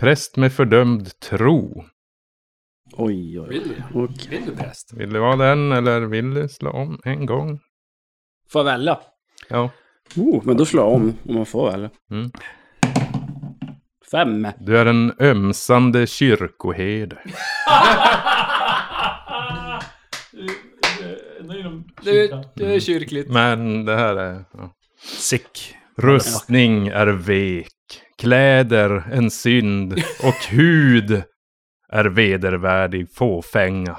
[SPEAKER 1] Präst med fördömd tro.
[SPEAKER 5] Oj, oj, oj. Okej.
[SPEAKER 4] Vill du präst?
[SPEAKER 1] Vill du ha den eller vill du slå om en gång?
[SPEAKER 5] Får jag välja?
[SPEAKER 1] Ja.
[SPEAKER 5] Oh, men då slår jag om, om man får välja.
[SPEAKER 1] Mm.
[SPEAKER 5] Fem.
[SPEAKER 1] Du är en ömsande kyrkoherde.
[SPEAKER 4] Du, du är kyrkligt.
[SPEAKER 1] Men det här är... Ja.
[SPEAKER 3] Sick.
[SPEAKER 1] Rustning är vek. Kläder en synd. Och hud är vedervärdig fåfänga.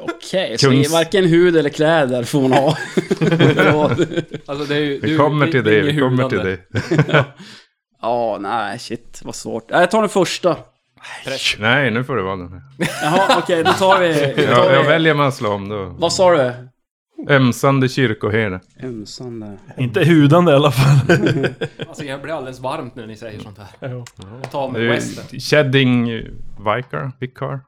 [SPEAKER 5] Okej, så
[SPEAKER 1] Kungs-
[SPEAKER 5] varken hud eller kläder får hon ha. ja,
[SPEAKER 4] Alltså det är ju...
[SPEAKER 1] Vi
[SPEAKER 4] du-
[SPEAKER 1] kommer
[SPEAKER 4] det-
[SPEAKER 1] till
[SPEAKER 4] det är
[SPEAKER 1] det,
[SPEAKER 4] inget
[SPEAKER 1] vi kommer till
[SPEAKER 4] hulande.
[SPEAKER 1] det.
[SPEAKER 5] Ja, nej, shit vad svårt. Nej, Jag tar den första.
[SPEAKER 1] Nej, nu får det vara den här.
[SPEAKER 5] Jaha, okej, då tar vi... Då tar
[SPEAKER 1] Jag,
[SPEAKER 5] vi.
[SPEAKER 1] jag väljer man slå om då.
[SPEAKER 5] Vad sa du?
[SPEAKER 1] Ömsande kyrkoherde.
[SPEAKER 5] Ömsande.
[SPEAKER 3] Inte hudande i alla fall.
[SPEAKER 4] Alltså jag blir alldeles varmt nu när ni säger sånt här.
[SPEAKER 3] Ja.
[SPEAKER 4] Jag tar
[SPEAKER 1] Det
[SPEAKER 4] med western.
[SPEAKER 1] är Shedding Vikar, Vikar. eh,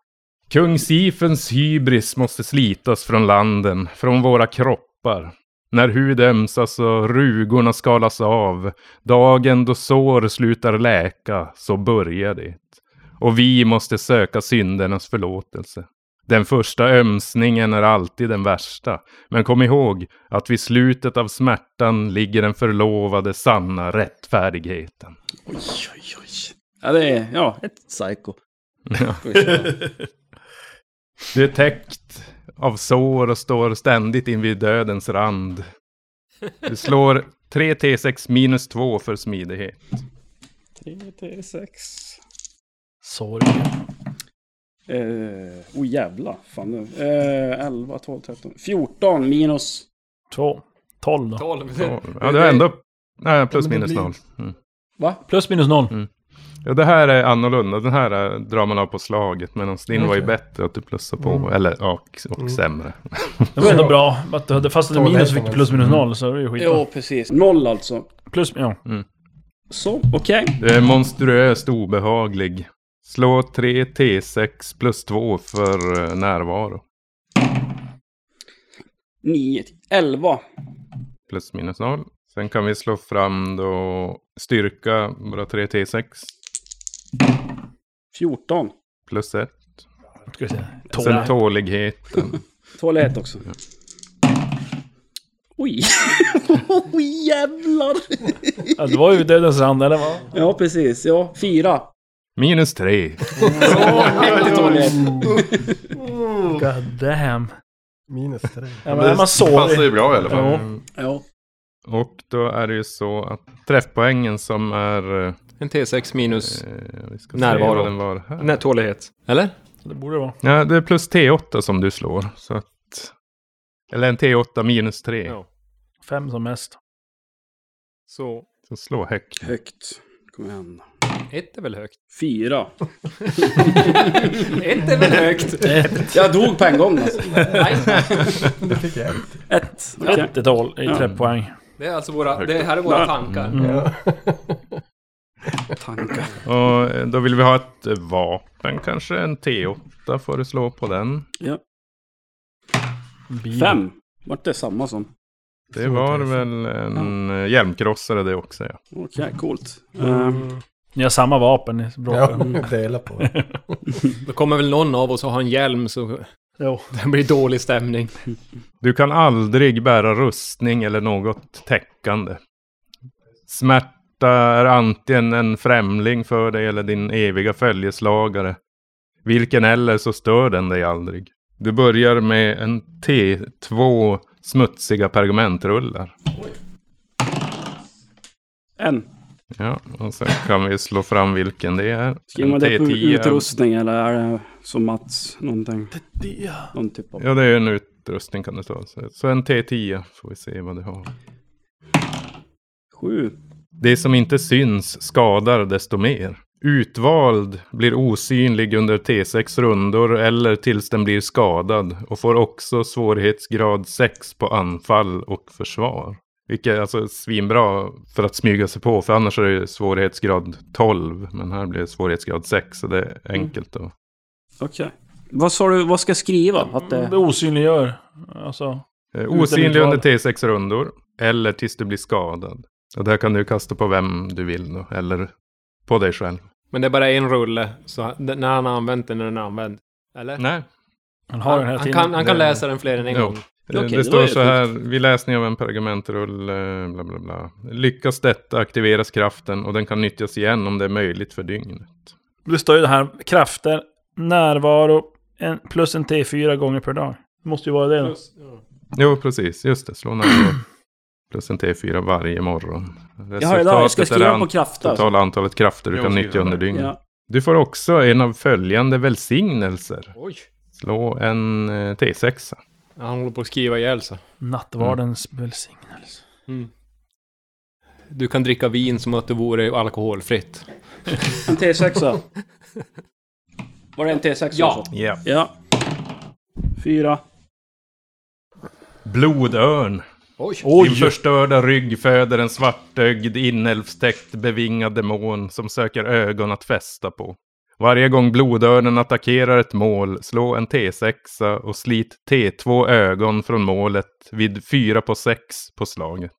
[SPEAKER 1] Kung Sifens hybris måste slitas från landen, från våra kroppar. När hud ömsas och rugorna skalas av, dagen då sår slutar läka, så börjar det. Och vi måste söka syndernas förlåtelse. Den första ömsningen är alltid den värsta, men kom ihåg att vid slutet av smärtan ligger den förlovade sanna rättfärdigheten.
[SPEAKER 5] Oj, oj, oj. Ja, det är... Ja, ett psycho. Får vi se.
[SPEAKER 1] Du är täckt av sår och står ständigt invid dödens rand. Du slår 3 T6 minus 2 för smidighet.
[SPEAKER 5] 3 T6.
[SPEAKER 3] Sorg.
[SPEAKER 5] Eh, oh jävla, fan nu. Eh, 11, 12, 13, 14 minus.
[SPEAKER 3] Två. Tolv då.
[SPEAKER 4] 12.
[SPEAKER 1] Ja, ja, det är ändå... Nej, plus minus noll. Mm.
[SPEAKER 5] Va?
[SPEAKER 3] Plus minus noll.
[SPEAKER 1] Ja, det här är annorlunda. Den här eh, drar man av på slaget. Medan din var ju bättre att du plussar på. Eller, ja, och, och sämre.
[SPEAKER 3] Det var ändå bra. Att du hade fast det
[SPEAKER 6] Tolv
[SPEAKER 3] minus
[SPEAKER 6] är
[SPEAKER 3] fick du
[SPEAKER 6] fan
[SPEAKER 3] plus minus noll, så det är ju skitbra.
[SPEAKER 5] Jo, precis. Noll alltså.
[SPEAKER 3] Plus, ja.
[SPEAKER 5] Så, okej.
[SPEAKER 1] Du är monstruöst obehaglig. Slå 3 T6 plus 2 för eh, närvaro.
[SPEAKER 5] 9, 11.
[SPEAKER 1] Plus minus noll. Sen kan vi slå fram då styrka, bara 3 T6
[SPEAKER 5] 14.
[SPEAKER 1] plus 1.
[SPEAKER 3] Ska vi se.
[SPEAKER 1] Sen
[SPEAKER 3] Tolv.
[SPEAKER 1] tåligheten.
[SPEAKER 5] Toalett också. Oj! Oj jävlar!
[SPEAKER 3] Ja, det var ju dödens rand, eller vad?
[SPEAKER 5] Ja, precis. Ja, fyra.
[SPEAKER 1] Minus 3.
[SPEAKER 5] Toalett.
[SPEAKER 3] God damn.
[SPEAKER 6] Minus tre.
[SPEAKER 3] Ja, men är man
[SPEAKER 7] passar
[SPEAKER 3] sårig?
[SPEAKER 7] ju bra i alla fall.
[SPEAKER 5] Ja.
[SPEAKER 1] Och då är det ju så att träffpoängen som är... eh,
[SPEAKER 4] En T6 minus...
[SPEAKER 1] Vi ska
[SPEAKER 4] Närvaro.
[SPEAKER 1] se vad den var här.
[SPEAKER 4] Nej, tålighet. Eller?
[SPEAKER 3] Det borde det vara.
[SPEAKER 1] Ja, det är plus T8 som du slår. Så att... Eller en T8 minus 3.
[SPEAKER 4] Ja.
[SPEAKER 3] Fem som mest.
[SPEAKER 4] Så...
[SPEAKER 1] Så slå högt.
[SPEAKER 5] Högt. Kom igen.
[SPEAKER 4] Ett är väl högt?
[SPEAKER 5] Fyra.
[SPEAKER 4] Ett är väl högt?
[SPEAKER 5] Jag dog på en gång alltså.
[SPEAKER 6] Det fick jag.
[SPEAKER 5] Ett. Okej.
[SPEAKER 3] Ett hål i
[SPEAKER 5] Ja.
[SPEAKER 3] träffpoäng.
[SPEAKER 4] Det är alltså våra... Det här är våra tankar.
[SPEAKER 1] Mm.
[SPEAKER 6] Ja.
[SPEAKER 5] Tankar.
[SPEAKER 1] Och eh, då vill vi ha ett eh, vapen kanske. En T8 får du slå på den.
[SPEAKER 3] Bil.
[SPEAKER 5] Fem. Vart det samma som?
[SPEAKER 1] Det var väl en eh, hjälmkrossare det också ja.
[SPEAKER 5] Okej, coolt. Ehm,
[SPEAKER 3] Ni har samma vapen. ni bråkar.
[SPEAKER 6] ja, dela på det.
[SPEAKER 4] Då kommer väl någon av oss att ha en hjälm så...
[SPEAKER 3] Jo.
[SPEAKER 4] Det blir dålig stämning.
[SPEAKER 1] Du kan aldrig bära rustning eller något täckande. Smärta är antingen en främling för dig eller din eviga följeslagare. Vilken eller så stör den dig aldrig. Du börjar med en T2 smutsiga pergamentrullar.
[SPEAKER 5] en.
[SPEAKER 1] Ja, och sen kan vi slå fram vilken det är.
[SPEAKER 5] Skriver man
[SPEAKER 1] En
[SPEAKER 5] det på
[SPEAKER 1] T10 är-
[SPEAKER 5] utrustning eller är det som Mats någonting? Någon typ av...
[SPEAKER 1] Ja, det är en utrustning kan det stå. Så- Så en T10 får vi se vad det har.
[SPEAKER 5] Sju.
[SPEAKER 1] Det som inte syns skadar desto mer. Utvald blir osynlig under T6 rundor eller tills den blir skadad och får också svårighetsgrad 6 på anfall och försvar. Vilket är alltså svinbra för att smyga sig på, för annars är det svårighetsgrad 12. Men här blir det svårighetsgrad 6, så det är enkelt då.
[SPEAKER 5] Okej. Vad sa du, vad ska jag skriva? Att det...
[SPEAKER 3] Det osynliggör. Alltså.
[SPEAKER 1] Eh, Osynlig
[SPEAKER 3] utvald.
[SPEAKER 1] under T6 rundor eller tills du blir skadad. Och där kan du kasta på vem du vill då, eller på dig själv.
[SPEAKER 4] Men det är bara en rulle. Så den- när han har använt den är den använd. Eller?
[SPEAKER 1] Nej.
[SPEAKER 3] Han har den
[SPEAKER 4] Han,
[SPEAKER 3] här
[SPEAKER 4] han,
[SPEAKER 3] tiden.
[SPEAKER 4] kan, han kan
[SPEAKER 1] Det-
[SPEAKER 4] läsa den fler än en
[SPEAKER 1] Jo.
[SPEAKER 4] gång.
[SPEAKER 1] Eh,
[SPEAKER 5] Okej,
[SPEAKER 1] det
[SPEAKER 5] det
[SPEAKER 1] står
[SPEAKER 5] var ju
[SPEAKER 1] så här, vid läsning av en pergamentrull, eh, bla bla bla. Lyckas detta aktiveras kraften och den kan nyttjas igen om det är möjligt för dygnet.
[SPEAKER 3] Det står ju det här. Krafter, närvaro, en, plus en T4 gånger per dag. Det måste ju vara det. då.
[SPEAKER 1] Jo, precis, just det, slå närmare. Plus en T4 varje morgon.
[SPEAKER 5] Jag har det där, jag ska
[SPEAKER 1] Resultatet är
[SPEAKER 5] skriva
[SPEAKER 1] an-
[SPEAKER 5] på kraft alltså.
[SPEAKER 1] Totala antalet krafter du
[SPEAKER 7] Jag
[SPEAKER 1] kan
[SPEAKER 7] skriver
[SPEAKER 1] nyttja under
[SPEAKER 7] det.
[SPEAKER 1] dygnet.
[SPEAKER 5] Ja.
[SPEAKER 1] Du får också en av följande välsignelser.
[SPEAKER 4] Oj.
[SPEAKER 1] Slå en eh, T6.
[SPEAKER 4] Han håller på att skriva ihjäl sig.
[SPEAKER 3] Nattvardens
[SPEAKER 1] Mm.
[SPEAKER 3] välsignelse.
[SPEAKER 4] Du kan dricka vin som att det vore alkoholfritt.
[SPEAKER 5] En T6. Var det en T6?
[SPEAKER 4] Ja.
[SPEAKER 5] också?
[SPEAKER 1] Ja.
[SPEAKER 5] Ja. Fyra.
[SPEAKER 1] Blodörn.
[SPEAKER 4] Oj!
[SPEAKER 1] Din förstörda rygg föder en svartögd, inälvstäckt, bevingad demon som söker ögon att fästa på. Varje gång blodörnen attackerar ett mål, slå en T6 och slit T2 ögon från målet vid 4 på 6 på slaget.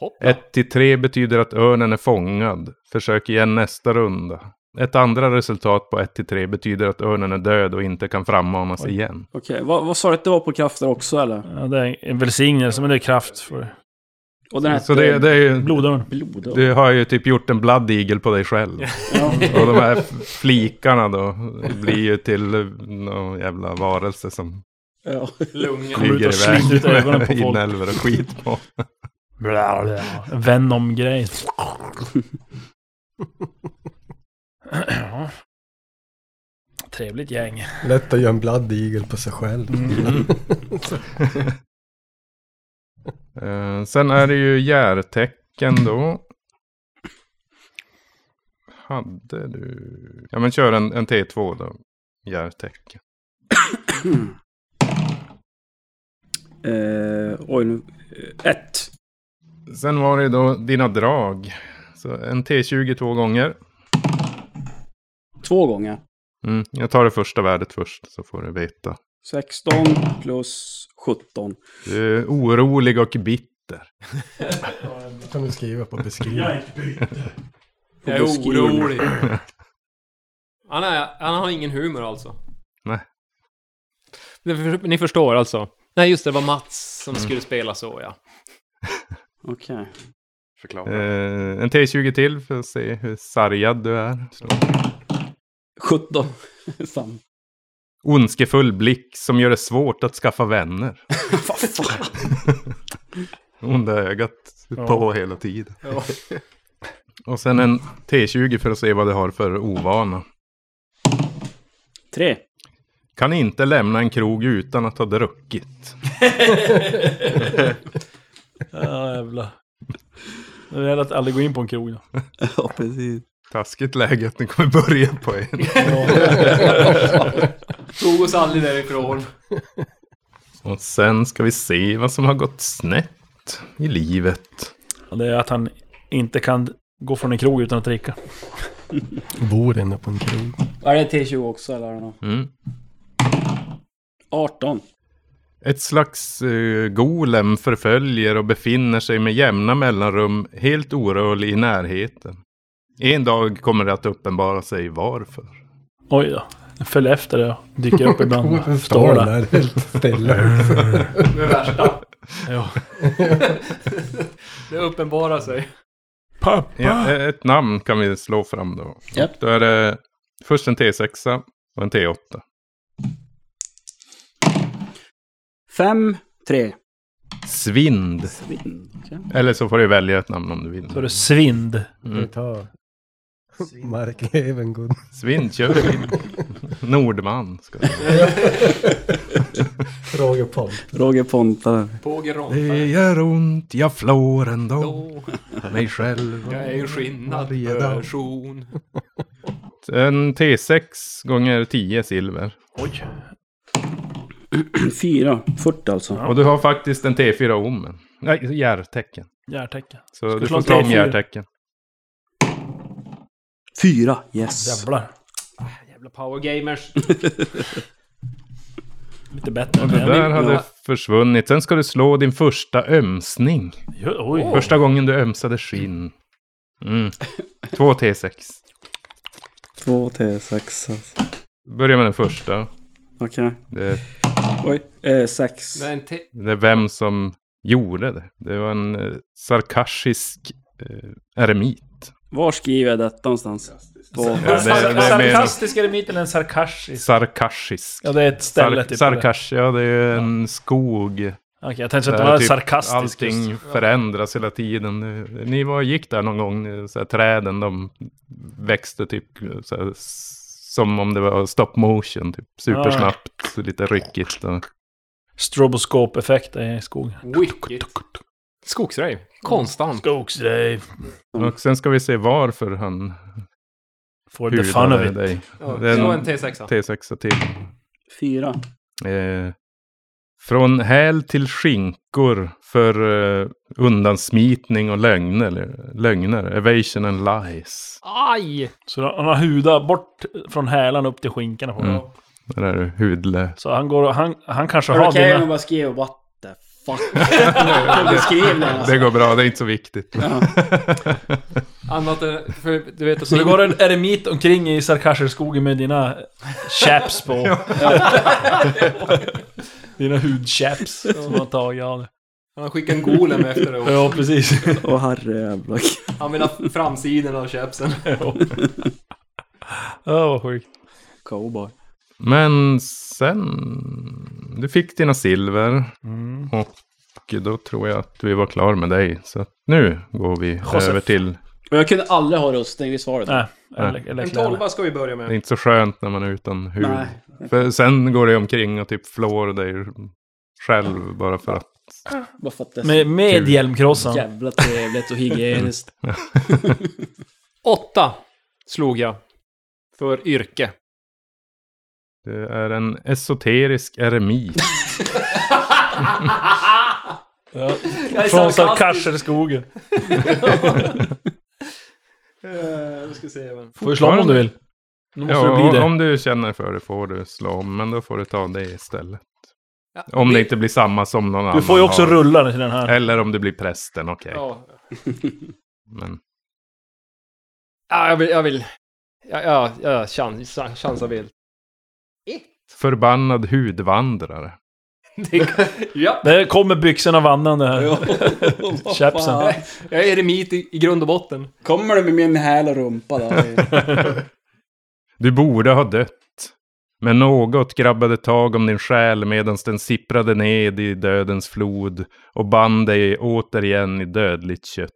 [SPEAKER 4] Hoppa.
[SPEAKER 1] 1 till 3 betyder att örnen är fångad. Försök igen nästa runda. Ett andra resultat på 1 till 3 betyder att örnen är död och inte kan frammanas igen.
[SPEAKER 5] Okej, vad, vad sa du att det var på krafter också eller?
[SPEAKER 3] Ja, det är en välsignelse, men det är kraft för
[SPEAKER 5] Och den hette
[SPEAKER 1] Så det, det är ju...
[SPEAKER 3] blodörn.
[SPEAKER 5] blod.
[SPEAKER 1] Du har ju typ gjort en blood eagle på dig själv.
[SPEAKER 5] Ja.
[SPEAKER 1] Och de här f- flikarna då blir ju till eh, någon jävla varelse som
[SPEAKER 5] ja.
[SPEAKER 4] Lungorna.
[SPEAKER 3] Kommer ut och
[SPEAKER 1] flyger
[SPEAKER 3] sliter ut ögonen
[SPEAKER 1] iväg
[SPEAKER 3] på folk.
[SPEAKER 1] inälvor och skit på.
[SPEAKER 3] Bla, bla. Venom-grej. Ja. Trevligt gäng.
[SPEAKER 6] Lätt att göra en blood eagle på sig själv.
[SPEAKER 1] Eh, sen är det ju järtecken då. Hade du... Ja men kör en, en T2 då. Järtecken.
[SPEAKER 5] Eh, oj, nu... eh, Ett.
[SPEAKER 1] Sen var det då dina drag. Så en T20 två gånger.
[SPEAKER 5] Två gånger.
[SPEAKER 1] Mm, jag tar det första värdet först så får du veta.
[SPEAKER 5] 16 plus 17.
[SPEAKER 1] Du är orolig och bitter.
[SPEAKER 6] kan du skriva på beskrivningen.
[SPEAKER 4] Jag är orolig. Han, är, han har ingen humor alltså.
[SPEAKER 1] Nej.
[SPEAKER 4] Det för- Ni förstår alltså. Nej, just det, det var Mats som skulle spela så ja.
[SPEAKER 5] Okej.
[SPEAKER 7] Förklara.
[SPEAKER 1] Eh, en T20 till för att se hur sargad du är.
[SPEAKER 5] 17. Sam.
[SPEAKER 1] Ondskefull blick som gör det svårt att skaffa vänner.
[SPEAKER 5] Vad fan?
[SPEAKER 1] Onda ögat på hela tiden.
[SPEAKER 4] Ja.
[SPEAKER 1] Och sen en T20 för att se vad du har för ovana.
[SPEAKER 5] Tre.
[SPEAKER 1] Kan inte lämna en krog utan att ha druckit.
[SPEAKER 3] Ja, jävlar. Jag är rädd att aldrig gå in på en krog. då.
[SPEAKER 5] Ja, precis.
[SPEAKER 1] Taskigt läge att ni kommer börja på en.
[SPEAKER 4] Tog oss aldrig därifrån.
[SPEAKER 1] Och sen ska vi se vad som har gått snett i livet.
[SPEAKER 3] Och Det är att han inte kan gå från en krog utan att dricka.
[SPEAKER 6] Bor inne på en krog.
[SPEAKER 5] Är det T20 också eller? Något?
[SPEAKER 1] Mm.
[SPEAKER 5] 18.
[SPEAKER 1] Ett slags eh, golem förföljer och befinner sig med jämna mellanrum helt orörlig i närheten. En dag kommer det att uppenbara sig varför.
[SPEAKER 3] Oj då. Jag följer efter det och dyker upp ibland.
[SPEAKER 6] Står
[SPEAKER 3] Står där.
[SPEAKER 6] där helt stilla.
[SPEAKER 4] Det är värsta.
[SPEAKER 3] Ja.
[SPEAKER 4] Det uppenbarar sig.
[SPEAKER 3] Pappa!
[SPEAKER 1] Ja, eh, ett namn kan vi slå fram då.
[SPEAKER 5] Japp.
[SPEAKER 1] Då är det först en T6 och en T8.
[SPEAKER 5] Fem. Tre.
[SPEAKER 1] Svind.
[SPEAKER 5] Svinn. Okej.
[SPEAKER 1] Eller så får du välja ett namn om du vill.
[SPEAKER 3] Så är det svind.
[SPEAKER 1] Mm.
[SPEAKER 6] Ta Mark Levengood.
[SPEAKER 1] Svind, kör svind. Nordman. Ska det vara.
[SPEAKER 6] Roger Pold.
[SPEAKER 5] Roger Ponta.
[SPEAKER 4] Påge Ronta.
[SPEAKER 1] det gör ont, jag flår ändå. Mig själv.
[SPEAKER 4] Jag är en skinnad
[SPEAKER 6] Varje dag.
[SPEAKER 4] person.
[SPEAKER 1] En T6 gånger 10 silver.
[SPEAKER 3] Oj.
[SPEAKER 5] Fyra. 40 alltså.
[SPEAKER 3] Ja.
[SPEAKER 1] Och du har faktiskt en T4 omen. Nej, järtecken.
[SPEAKER 3] Järtecken.
[SPEAKER 1] Så
[SPEAKER 3] Ska
[SPEAKER 1] du
[SPEAKER 3] slå
[SPEAKER 1] får
[SPEAKER 3] en
[SPEAKER 1] slå om
[SPEAKER 3] T4.
[SPEAKER 1] järtecken.
[SPEAKER 5] Fyra. Yes.
[SPEAKER 3] Jävlar.
[SPEAKER 4] Jävla power gamers.
[SPEAKER 3] Lite bättre än
[SPEAKER 1] Det där
[SPEAKER 3] jag.
[SPEAKER 1] hade försvunnit. Sen ska du slå din första ömsning.
[SPEAKER 3] Ja, Oj.
[SPEAKER 1] Första gången du ömsade skinn. Mm. Två T6.
[SPEAKER 5] Två T6 alltså.
[SPEAKER 1] Börja med den första.
[SPEAKER 5] Okej.
[SPEAKER 1] Det,
[SPEAKER 5] Oj. Eh, sex.
[SPEAKER 4] Det är en te-
[SPEAKER 1] det är vem som gjorde det. Det var en eh, sarkastisk eh, eremit.
[SPEAKER 5] Var skriver jag detta någonstans? På...
[SPEAKER 1] Ja, det- det är mer-
[SPEAKER 3] Sarkastisk eremit eller en sarkastisk?
[SPEAKER 1] Sarkastisk.
[SPEAKER 3] Ja, det är ett ställe
[SPEAKER 1] Sark,
[SPEAKER 3] typ.
[SPEAKER 1] sarkash, ja det är en skog.
[SPEAKER 3] Okej, jag tänkte att det
[SPEAKER 1] Där
[SPEAKER 3] var
[SPEAKER 1] typ
[SPEAKER 3] sarkastisk.
[SPEAKER 1] Allting
[SPEAKER 3] just.
[SPEAKER 1] förändras hela tiden. Ni var, gick där någon gång, så här, träden de växte typ så här, som om det var stop motion, typ supersnabbt,
[SPEAKER 3] Ah.
[SPEAKER 1] lite ryckigt. Och,
[SPEAKER 3] Stroboskop-effekt i skogen.
[SPEAKER 4] Wicked. Skogsrave. Konstant.
[SPEAKER 3] Skogsrave.
[SPEAKER 1] och sen ska vi se varför han
[SPEAKER 3] For the fun of
[SPEAKER 1] hudade
[SPEAKER 3] it.
[SPEAKER 1] dig.
[SPEAKER 4] Mm. Ja,
[SPEAKER 1] Den-
[SPEAKER 4] slå en T6.
[SPEAKER 1] T6 till.
[SPEAKER 5] Fyra.
[SPEAKER 1] Eh, från häl till skinkor för eh, undansmitning och lögner. lögner. Evasion and lies.
[SPEAKER 4] Aj!
[SPEAKER 3] Så han har hudat bort från hälan upp till skinkorna på
[SPEAKER 1] Mm. Där är du hudlös.
[SPEAKER 3] Så han går och, han, han kanske
[SPEAKER 5] Är det
[SPEAKER 3] har
[SPEAKER 5] okej om jag
[SPEAKER 3] dina...
[SPEAKER 5] bara skriver what the fuck? På beskrivningen alltså.
[SPEAKER 1] Det går bra, det är inte så viktigt.
[SPEAKER 4] Annat än, för du vet att
[SPEAKER 3] Så det går en eremit omkring i Sarkasherskogen med dina chaps på. dina hudchaps som han tagit av dig.
[SPEAKER 4] Han skickar en golem efter det också.
[SPEAKER 3] Ja, precis.
[SPEAKER 5] Åh herrejävlar.
[SPEAKER 4] Han vill ha framsidan av chapsen.
[SPEAKER 3] Ja, vad sjukt.
[SPEAKER 5] Cowboy.
[SPEAKER 3] Mm.
[SPEAKER 1] Men sen... Du fick dina silver. Och Och då tror jag att vi var klar med dig. Så att nu går vi
[SPEAKER 3] Josef.
[SPEAKER 1] över till...
[SPEAKER 5] Och jag kunde aldrig ha rustning, visst var det det?
[SPEAKER 3] Nej, eller, eller
[SPEAKER 8] En
[SPEAKER 3] kläderna.
[SPEAKER 8] tolva ska vi börja
[SPEAKER 1] Det är
[SPEAKER 8] med.
[SPEAKER 1] inte så skönt när man är utan hud.
[SPEAKER 5] Nej.
[SPEAKER 1] För sen går det omkring och typ flår dig själv bara för att...
[SPEAKER 5] Bara för att det är så
[SPEAKER 3] Med, med hjälmkrossan.
[SPEAKER 5] jävla trevligt och hygieniskt.
[SPEAKER 4] Åtta slog jag. För yrke.
[SPEAKER 1] Du är en esoterisk eremit.
[SPEAKER 5] Jag är
[SPEAKER 3] Från
[SPEAKER 5] sarkastisk.
[SPEAKER 3] Karselskogen.
[SPEAKER 8] Uh, ska se även.
[SPEAKER 3] Får du slå om om du vill. Nu måste
[SPEAKER 1] Ja,
[SPEAKER 3] det bli det.
[SPEAKER 1] om du känner för det får du slå om, men då får du ta det istället.
[SPEAKER 4] Ja,
[SPEAKER 1] Om
[SPEAKER 4] vi-
[SPEAKER 1] det inte blir samma som någon annan
[SPEAKER 3] Du får ju också
[SPEAKER 1] har.
[SPEAKER 3] rulla till den här.
[SPEAKER 1] Eller om det blir prästen, okej.
[SPEAKER 4] Ja.
[SPEAKER 1] Men
[SPEAKER 4] ja, jag vill... Jag vill. Ja, ja, ja chans, chansar vill.
[SPEAKER 1] förbannad hudvandrare.
[SPEAKER 4] Ja,
[SPEAKER 3] Det kommer byxorna vandrande här.
[SPEAKER 5] Vad fan.
[SPEAKER 3] Chapsen.
[SPEAKER 4] jag är eremit i, i grund och botten.
[SPEAKER 5] Kommer du med min häl och rumpa då?
[SPEAKER 1] Du borde ha dött. Men något grabbade tag om din själ medan den sipprade ned i dödens flod och band dig återigen i dödligt kött.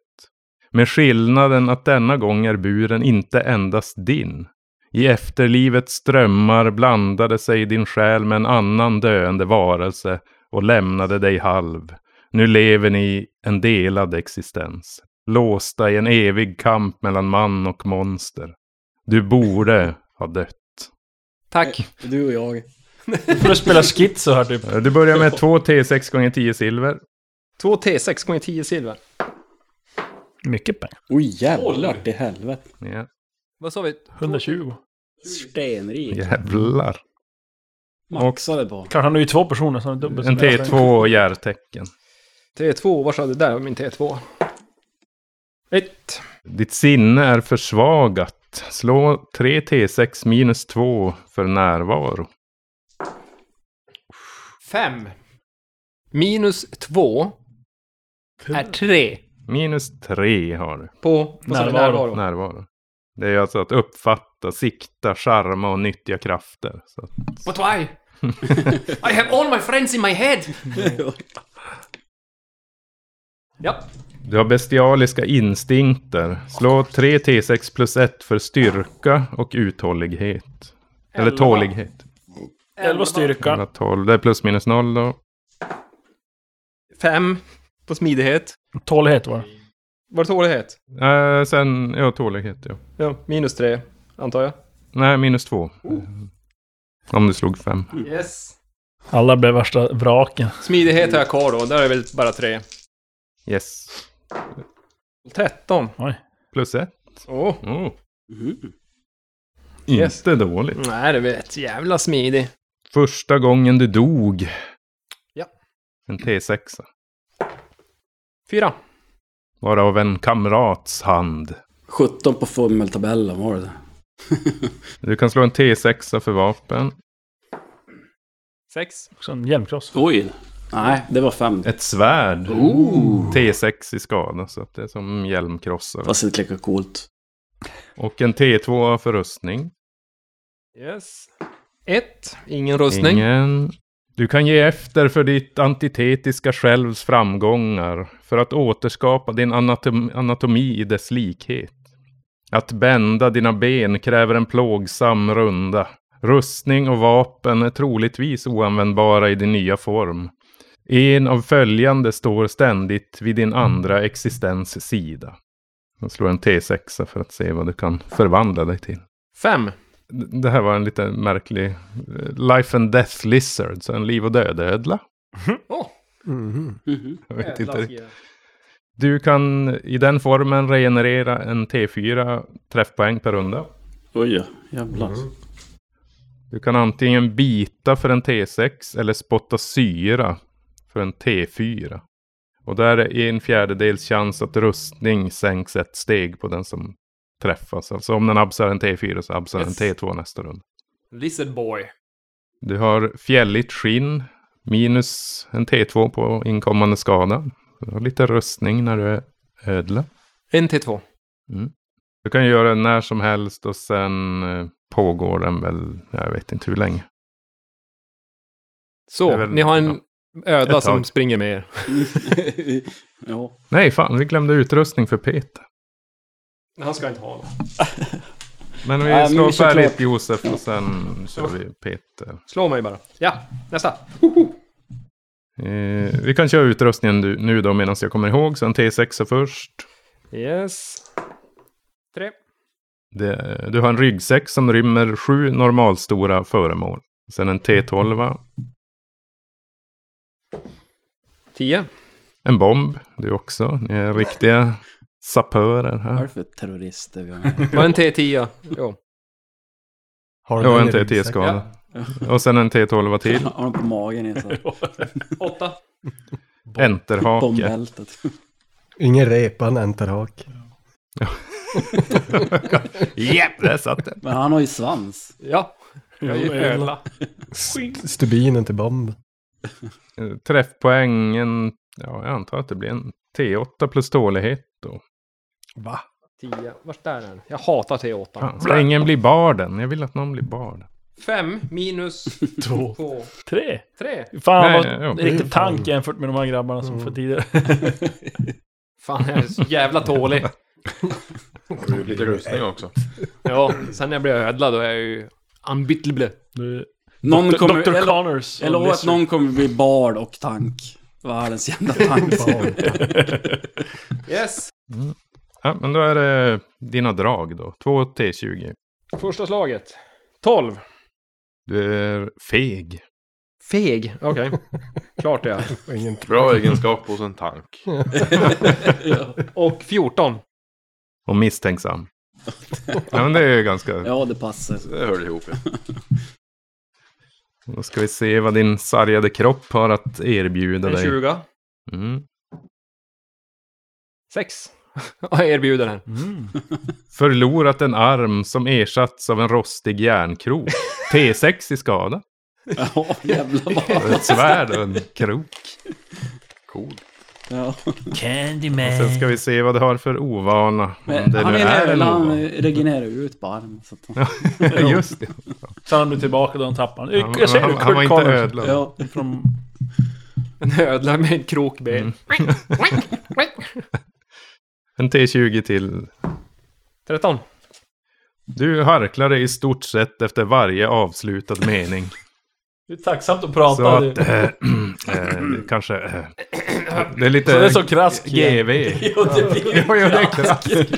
[SPEAKER 1] Med skillnaden att denna gång är buren inte endast din. I efterlivets strömmar blandade sig din själ med en annan döende varelse och lämnade dig halv. Nu lever ni i en delad existens. Låsta i en evig kamp mellan man och monster. Du borde ha dött.
[SPEAKER 4] Tack.
[SPEAKER 5] Du och jag.
[SPEAKER 3] Du får spela schizo här typ.
[SPEAKER 1] Eh, Du börjar med 2 T6 gånger 10 silver.
[SPEAKER 4] 2 T6 gånger 10 silver.
[SPEAKER 3] Mycket pengar.
[SPEAKER 5] Oj jävlar till helvete.
[SPEAKER 1] Ja,
[SPEAKER 4] Vad sa vi?
[SPEAKER 3] 120.
[SPEAKER 5] Stenrik.
[SPEAKER 1] jävlar.
[SPEAKER 5] Maxade på.
[SPEAKER 3] Klart, han är ju två personer så han är dubbelt så
[SPEAKER 1] En
[SPEAKER 3] mycket.
[SPEAKER 1] T2 järtecken.
[SPEAKER 4] T2, var sa du? Där var min T2. Ett.
[SPEAKER 1] Ditt sinne är försvagat. Slå 3 T6 minus 2 för närvaro.
[SPEAKER 4] Fem. Minus två. Är tre.
[SPEAKER 1] Minus 3 har du.
[SPEAKER 4] På vad sa vi,
[SPEAKER 3] Närvaro.
[SPEAKER 4] närvaro.
[SPEAKER 1] Närvaro. Det är alltså att uppfatta, sikta, charma och nyttja krafter. Så att
[SPEAKER 4] But why? I have all my friends in my head! ja.
[SPEAKER 1] Du har bestialiska instinkter. Slå 3 T6 plus 1 för styrka och uthållighet. Eller
[SPEAKER 4] Elva.
[SPEAKER 1] tålighet.
[SPEAKER 3] 11 styrka.
[SPEAKER 1] Alla 12. Det är plus minus 0 då.
[SPEAKER 4] Fem. På smidighet.
[SPEAKER 3] 12 var det.
[SPEAKER 4] Var det tålighet?
[SPEAKER 1] Eh, sen, ja tålighet ja.
[SPEAKER 4] Ja, minus tre, antar jag.
[SPEAKER 1] Nej, minus 2. Om du slog 5.
[SPEAKER 4] Yes.
[SPEAKER 3] Alla blev värsta vraken.
[SPEAKER 4] Smidighet har jag kvar då, där är det väl bara tre.
[SPEAKER 1] Yes.
[SPEAKER 4] Tretton.
[SPEAKER 1] Plus 1.
[SPEAKER 4] Åh.
[SPEAKER 1] Oh.
[SPEAKER 5] Mhm.
[SPEAKER 4] Yes.
[SPEAKER 1] Inte dåligt.
[SPEAKER 4] Nej, det vet jävla smidig.
[SPEAKER 1] Första gången du dog.
[SPEAKER 4] Ja.
[SPEAKER 1] En T6.
[SPEAKER 4] Fyra.
[SPEAKER 1] Varav en kamrats hand.
[SPEAKER 5] 17 på fummeltabellen var det
[SPEAKER 1] Du kan slå en T6 för vapen.
[SPEAKER 4] Sex.
[SPEAKER 3] Också en hjälmkross.
[SPEAKER 5] Oj. Nej, det var 5.
[SPEAKER 1] Ett svärd.
[SPEAKER 5] Ooh.
[SPEAKER 1] T6 i skada, så att det är som hjälmkrossare.
[SPEAKER 5] Fast inte lika coolt.
[SPEAKER 1] Och en T2 för rustning.
[SPEAKER 4] Yes. Ett. Ingen rustning.
[SPEAKER 1] Ingen. Du kan ge efter för ditt antitetiska självs framgångar. För att återskapa din anatom anatomi i dess likhet. Att bända dina ben kräver en plågsam runda. Rustning och vapen är troligtvis oanvändbara i din nya form. En av följande står ständigt vid din andra existens sida. Jag slår en T6 för att se vad du kan förvandla dig till.
[SPEAKER 4] Fem.
[SPEAKER 1] Det här var en lite märklig eh, Life and Death Lizard, så en liv och död-ödla.
[SPEAKER 5] Mhm.
[SPEAKER 1] Jag vet inte riktigt. Du kan i den formen regenerera en T4 träffpoäng per runda.
[SPEAKER 5] Oj, ja. jävlar.
[SPEAKER 1] Mm. Du kan antingen bita för en T6 eller spotta syra för en T4. Och där är en fjärdedels chans att rustning sänks ett steg på den som träffas. Alltså om den absar en T4 så absar
[SPEAKER 4] Yes.
[SPEAKER 1] en T2 nästa runda.
[SPEAKER 4] Lizard boy.
[SPEAKER 1] Du har fjälligt skinn, minus en T2 på inkommande skada. Du har lite rustning när du är ödla.
[SPEAKER 4] En till två.
[SPEAKER 1] Du kan göra den när som helst och sen eh, pågår den väl, jag vet inte hur länge.
[SPEAKER 4] Så,
[SPEAKER 1] Det är väl-
[SPEAKER 4] ni har en
[SPEAKER 1] ja.
[SPEAKER 4] Öda
[SPEAKER 1] Ett
[SPEAKER 4] som
[SPEAKER 1] tag.
[SPEAKER 4] springer med er.
[SPEAKER 5] ja.
[SPEAKER 1] Nej, fan, vi glömde utrustning för Peter.
[SPEAKER 8] Han ska inte ha något.
[SPEAKER 1] Men
[SPEAKER 5] Ja, men
[SPEAKER 1] vi
[SPEAKER 5] vi
[SPEAKER 1] slår
[SPEAKER 5] kör
[SPEAKER 1] färdigt
[SPEAKER 5] klart.
[SPEAKER 1] Josef och sen kör vi Peter.
[SPEAKER 4] Slå mig bara. Ja, nästa.
[SPEAKER 1] Eh, vi kan köra utrustningen du- nu då medan jag kommer ihåg. Så en T6 först.
[SPEAKER 4] Yes. Tre.
[SPEAKER 1] Det, du har en ryggsäck som rymmer sju normalstora föremål. Sen en T12,
[SPEAKER 4] Tio.
[SPEAKER 1] en bomb. Du också. Ni är riktiga sapörer
[SPEAKER 5] Vad är
[SPEAKER 1] här.
[SPEAKER 5] det för terrorister vi har med?
[SPEAKER 4] Var en T10? Jo.
[SPEAKER 6] Har
[SPEAKER 1] Ja,
[SPEAKER 6] den
[SPEAKER 1] en
[SPEAKER 6] i ryggsäcken?
[SPEAKER 1] T10-skada. Och sen en T12 till.
[SPEAKER 5] Har de på magen i så
[SPEAKER 4] Åtta.
[SPEAKER 1] Enterhake.
[SPEAKER 5] bombbältet?
[SPEAKER 6] Ingen repa, en enterhak.
[SPEAKER 1] Japp, där satt den.
[SPEAKER 5] Men han har ju svans.
[SPEAKER 4] Ja. Jag är ju ödla.
[SPEAKER 6] S- Stubinen till bomb.
[SPEAKER 1] Eh, Träffpoäng, en, ja, jag antar att det blir en T8 plus tålighet då.
[SPEAKER 6] Va?
[SPEAKER 4] Tio. Vart där är den? Jag hatar T8.
[SPEAKER 1] Fan, ska ingen bli barden? Jag vill att någon blir barden.
[SPEAKER 4] Fem minus
[SPEAKER 3] Två.
[SPEAKER 4] två.
[SPEAKER 3] Tre.
[SPEAKER 4] Tre.
[SPEAKER 3] Fan
[SPEAKER 1] Nej,
[SPEAKER 3] vad
[SPEAKER 1] ja, det är
[SPEAKER 3] riktigt
[SPEAKER 6] fan.
[SPEAKER 3] tank jämfört med de här grabbarna som för tidigare.
[SPEAKER 4] Fan, jag är så jävla tålig.
[SPEAKER 7] Lite rustning också.
[SPEAKER 4] Ja, sen när jag blir ödla då är jag ju unbittable.
[SPEAKER 3] Du,
[SPEAKER 5] Någon kommer,
[SPEAKER 3] Dr.
[SPEAKER 5] eller,
[SPEAKER 3] Connors.
[SPEAKER 5] jag lovar att någon kommer bli bard och tank. Världens jävla tank.
[SPEAKER 4] Yes.
[SPEAKER 1] Ja, men då är det dina drag då. Två T20.
[SPEAKER 4] Första slaget. Tolv.
[SPEAKER 1] Du är feg.
[SPEAKER 4] Feg. Okej. Klart det är.
[SPEAKER 6] Och Ingen
[SPEAKER 7] Bra egenskap hos en tank.
[SPEAKER 4] Och 14.
[SPEAKER 1] Och misstänksam. ja, men det är ju ganska...
[SPEAKER 5] ja, det passar.
[SPEAKER 7] Det hörde ihop ja.
[SPEAKER 1] Då ska vi se vad din sargade kropp har att erbjuda
[SPEAKER 4] En
[SPEAKER 1] dig.
[SPEAKER 4] 20.
[SPEAKER 1] Mm.
[SPEAKER 4] Sex. Jag erbjuder den.
[SPEAKER 1] Förlorat en arm som ersatts av en rostig järnkrok. T6 i skada.
[SPEAKER 5] Ja, jävla vad.
[SPEAKER 1] Ett svärd och en krok.
[SPEAKER 5] Ja.
[SPEAKER 3] Candyman.
[SPEAKER 1] Sen ska vi se vad du har för ovana. Om
[SPEAKER 5] Men
[SPEAKER 1] det
[SPEAKER 5] han
[SPEAKER 1] nu
[SPEAKER 5] är
[SPEAKER 1] är
[SPEAKER 5] en
[SPEAKER 1] en
[SPEAKER 5] öl, han
[SPEAKER 1] ovana.
[SPEAKER 5] regenererar ju ut på armen. Så att,
[SPEAKER 1] Just det.
[SPEAKER 3] Sen han blir tillbaka då han tappar den.
[SPEAKER 1] Han,
[SPEAKER 3] Jag ser
[SPEAKER 1] han,
[SPEAKER 3] det,
[SPEAKER 1] han var
[SPEAKER 3] Kurt
[SPEAKER 1] inte
[SPEAKER 3] Connors.
[SPEAKER 1] ödlan.
[SPEAKER 5] ja.
[SPEAKER 3] Från...
[SPEAKER 4] En ödla med en krokben.
[SPEAKER 1] En T20 till
[SPEAKER 4] 13.
[SPEAKER 1] Du harklade i stort sett efter varje avslutad mening.
[SPEAKER 3] Det är tacksamt att
[SPEAKER 1] Så
[SPEAKER 3] prata.
[SPEAKER 1] att,
[SPEAKER 3] Det
[SPEAKER 1] eh, eh, kanske... Eh, det är lite
[SPEAKER 3] så det är så krask.
[SPEAKER 1] GV. Jo, jo, det är krasst.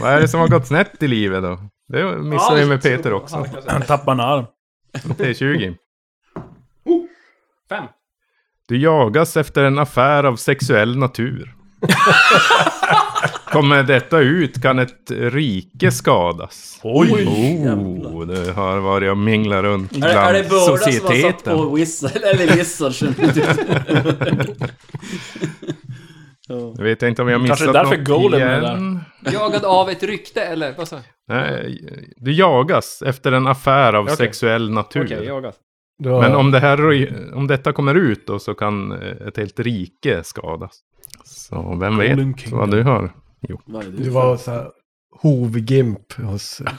[SPEAKER 1] Vad är det som har gått snett i livet då? Det missade vi med Peter också.
[SPEAKER 3] Han tappar en arm.
[SPEAKER 1] T20.
[SPEAKER 4] Fem.
[SPEAKER 1] Du jagas efter en affär av sexuell natur. Kommer detta ut kan ett rike skadas.
[SPEAKER 3] Oj.
[SPEAKER 1] Oh, det har varit och minglat runt
[SPEAKER 5] Är, det- är det
[SPEAKER 1] bland
[SPEAKER 5] Börda som har satt
[SPEAKER 1] societeten.
[SPEAKER 5] på Wizard, eller Wizards? ja.
[SPEAKER 1] Jag vet inte om jag missat
[SPEAKER 3] Kanske det är därför
[SPEAKER 1] något
[SPEAKER 3] Golem är
[SPEAKER 1] igen.
[SPEAKER 4] Jagad av ett rykte eller? Vad sa jag?
[SPEAKER 1] Nej, du jagas efter en affär av
[SPEAKER 4] Okej.
[SPEAKER 1] sexuell natur.
[SPEAKER 4] Okej, jagad.
[SPEAKER 6] Du har,
[SPEAKER 1] Men om, det här, röj- om detta kommer ut då så kan eh, ett helt rike skadas. Så vem vet
[SPEAKER 3] Golden Kingdom.
[SPEAKER 1] vad du har.
[SPEAKER 5] Vad är
[SPEAKER 6] Du
[SPEAKER 5] du?
[SPEAKER 6] var så här hovgimp hos eh,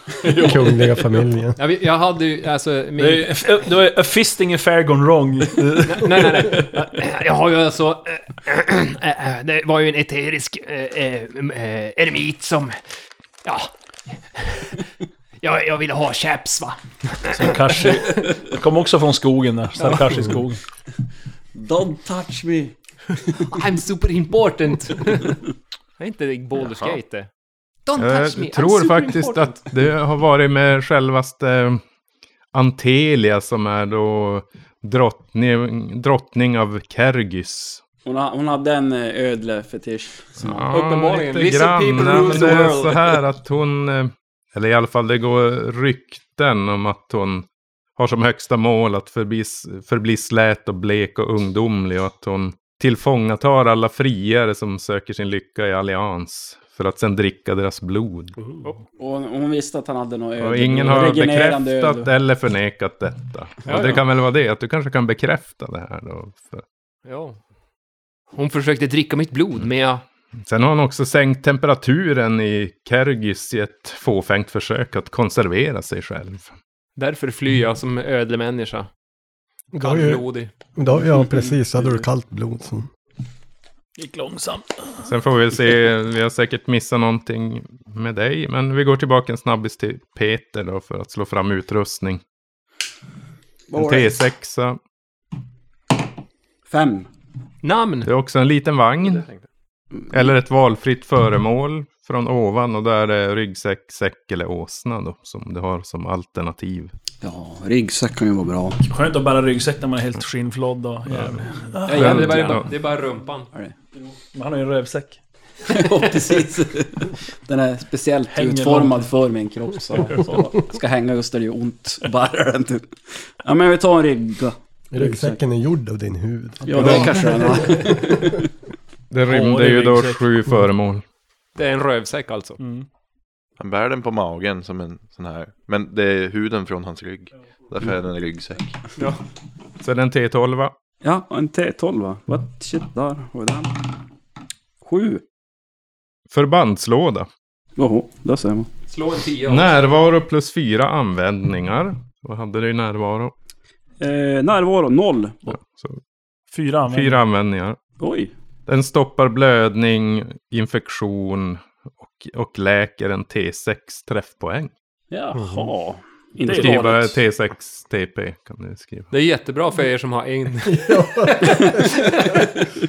[SPEAKER 6] kungliga familjen.
[SPEAKER 4] Jag, vi- jag hade ju alltså... Min,
[SPEAKER 3] Det
[SPEAKER 4] nej,
[SPEAKER 3] är, det var a fisting affair gone wrong.
[SPEAKER 4] nej, nej. Jag har ju alltså... eh, eh, Det var ju en eterisk eh, eh, eh, eremit som... Ja. Jag, jag ville ha chaps va.
[SPEAKER 3] Sarkashi. Kom också från skogen där. Sarkashi skogen.
[SPEAKER 5] Don't touch me!
[SPEAKER 4] I'm super important. Det är inte Baldur's
[SPEAKER 7] Jaha.
[SPEAKER 4] Gate det. Don't
[SPEAKER 1] Jag
[SPEAKER 4] touch me, I'm
[SPEAKER 1] Eh, tror
[SPEAKER 4] super
[SPEAKER 1] faktiskt
[SPEAKER 4] important.
[SPEAKER 1] att det har varit med självaste Antelia som är då drottning, drottning av Kergys.
[SPEAKER 5] Hon, ha, hon hade en eh, ödlefetisch. Som ja.
[SPEAKER 4] Uppenbarligen.
[SPEAKER 1] lite
[SPEAKER 4] Vissa
[SPEAKER 1] grann.
[SPEAKER 4] people
[SPEAKER 1] men
[SPEAKER 4] rule the
[SPEAKER 1] det är
[SPEAKER 4] world.
[SPEAKER 1] så här att hon, eh, eller i alla fall det går rykten om att hon har som högsta mål att förbli, förbli slät och blek och ungdomlig och att hon tillfångatar alla friare som söker sin lycka i allians för att sen dricka deras blod.
[SPEAKER 5] och hon, hon visste att han hade något
[SPEAKER 4] Mm.
[SPEAKER 5] ödle.
[SPEAKER 1] Och ingen har
[SPEAKER 5] Regenererande
[SPEAKER 1] bekräftat
[SPEAKER 5] ödle.
[SPEAKER 1] eller förnekat detta.
[SPEAKER 4] Ja,
[SPEAKER 1] och det
[SPEAKER 4] ja.
[SPEAKER 1] kan väl vara det, att du kanske kan bekräfta det här då. För-
[SPEAKER 4] Ja. Hon försökte dricka mitt blod, men jag...
[SPEAKER 1] Sen har han också sänkt temperaturen i Kergis i ett fåfängt försök att konservera sig själv.
[SPEAKER 4] Därför flyr jag som ödlemänniska.
[SPEAKER 6] Då har ju,
[SPEAKER 4] Kallblodig.
[SPEAKER 6] då, ja,
[SPEAKER 4] Mm.
[SPEAKER 6] precis. Då hade du kallt blod. Som,
[SPEAKER 3] Gick långsamt.
[SPEAKER 1] Sen får vi väl se, vi har säkert missat någonting med dig. Men vi går tillbaka en snabbis till Peter då för att slå fram utrustning. En T6,
[SPEAKER 5] Fem.
[SPEAKER 4] Namn!
[SPEAKER 1] det är också en liten vagn. Eller ett valfritt föremål från ovan och där är ryggsäck, säck eller åsna då som du har som alternativ.
[SPEAKER 5] Ja, ryggsäck kan ju vara bra.
[SPEAKER 3] Skönt att bära ryggsäck när man är helt skinnflådd och jävlig.
[SPEAKER 4] Ja, ja, det, är bara, det är bara- det är bara rumpan.
[SPEAKER 3] Men Han har ju en rövsäck.
[SPEAKER 5] ja, precis. Den är speciellt
[SPEAKER 3] Hänger
[SPEAKER 5] utformad
[SPEAKER 3] långt.
[SPEAKER 5] för min kropp. Så, så ska hänga just där det gör ont att bära den. Typ. Ja, men vi tar en rygga.
[SPEAKER 6] ryggsäcken är gjord av din hud.
[SPEAKER 5] Ja, det kanske den är.
[SPEAKER 1] Det
[SPEAKER 3] det
[SPEAKER 1] rymde
[SPEAKER 3] är
[SPEAKER 1] ju då
[SPEAKER 3] ryggsäck.
[SPEAKER 1] sju föremål.
[SPEAKER 4] Det är en rövsäck alltså.
[SPEAKER 9] Han bär den på magen som en sån här. Men det är huden från hans rygg. Därför är den en ryggsäck.
[SPEAKER 1] Så det är en T12.
[SPEAKER 5] Ja, en T12 va? What shit, där har vi den. Sju.
[SPEAKER 1] Förbandslåda.
[SPEAKER 5] Jaha, där ser man.
[SPEAKER 4] Slå en tia.
[SPEAKER 1] Närvaro plus fyra användningar. Vad hade du i närvaro?
[SPEAKER 5] Eh, närvaro, noll.
[SPEAKER 1] Så
[SPEAKER 3] Fyra använder.
[SPEAKER 1] fyra användningar.
[SPEAKER 5] Oj.
[SPEAKER 1] Den stoppar blödning, infektion och, och läker en T6 träffpoäng.
[SPEAKER 5] Jaha.
[SPEAKER 1] Mm. Du
[SPEAKER 5] Inte
[SPEAKER 1] skriver
[SPEAKER 5] dåligt.
[SPEAKER 1] T6 TP kan du skriva.
[SPEAKER 4] Det är jättebra för er som har en.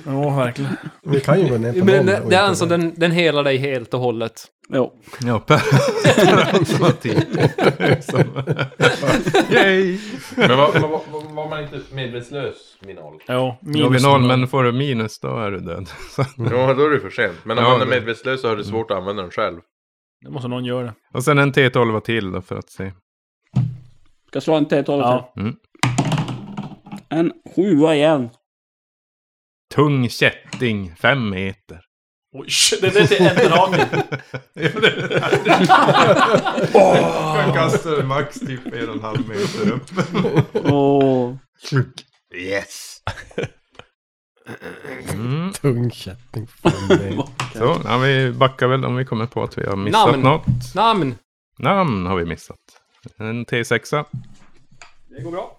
[SPEAKER 3] Ja, verkligen.
[SPEAKER 6] Vi kan ju gå ner på
[SPEAKER 4] Men
[SPEAKER 6] noll
[SPEAKER 4] det, det
[SPEAKER 6] och
[SPEAKER 4] är
[SPEAKER 6] inte
[SPEAKER 4] alltså,
[SPEAKER 6] noll.
[SPEAKER 4] den, den helar dig helt och hållet.
[SPEAKER 5] Jo.
[SPEAKER 1] Ja, per automatik. Som- Yay!
[SPEAKER 9] Men var, var, var, man inte medvetslös vid noll?
[SPEAKER 3] Jo,
[SPEAKER 1] Då
[SPEAKER 3] minus
[SPEAKER 1] vid noll, men får du minus då är du död. Så-
[SPEAKER 9] Ja, då är det för sent. Men om
[SPEAKER 1] Ja,
[SPEAKER 9] man är
[SPEAKER 1] det-
[SPEAKER 9] medvetslös så är det svårt att använda den själv.
[SPEAKER 3] Det måste någon göra.
[SPEAKER 1] Och sen en T12 till då för att se.
[SPEAKER 5] Ska jag slå en T12
[SPEAKER 3] Ja.
[SPEAKER 1] Mm.
[SPEAKER 5] En sjua igen.
[SPEAKER 1] Tung kätting, fem meter.
[SPEAKER 3] Oj, shit, det det är till änddragning.
[SPEAKER 1] Jag kastar max typ en och en halv meter upp.
[SPEAKER 5] Åh.
[SPEAKER 9] Yes!
[SPEAKER 1] Mm.
[SPEAKER 6] Tung kätting. fan, det är-
[SPEAKER 1] Så, ja, vi backar väl om vi kommer på att vi har missat
[SPEAKER 4] Namn.
[SPEAKER 1] något.
[SPEAKER 4] Namn!
[SPEAKER 1] Namn har vi missat. En T6
[SPEAKER 4] Det går bra.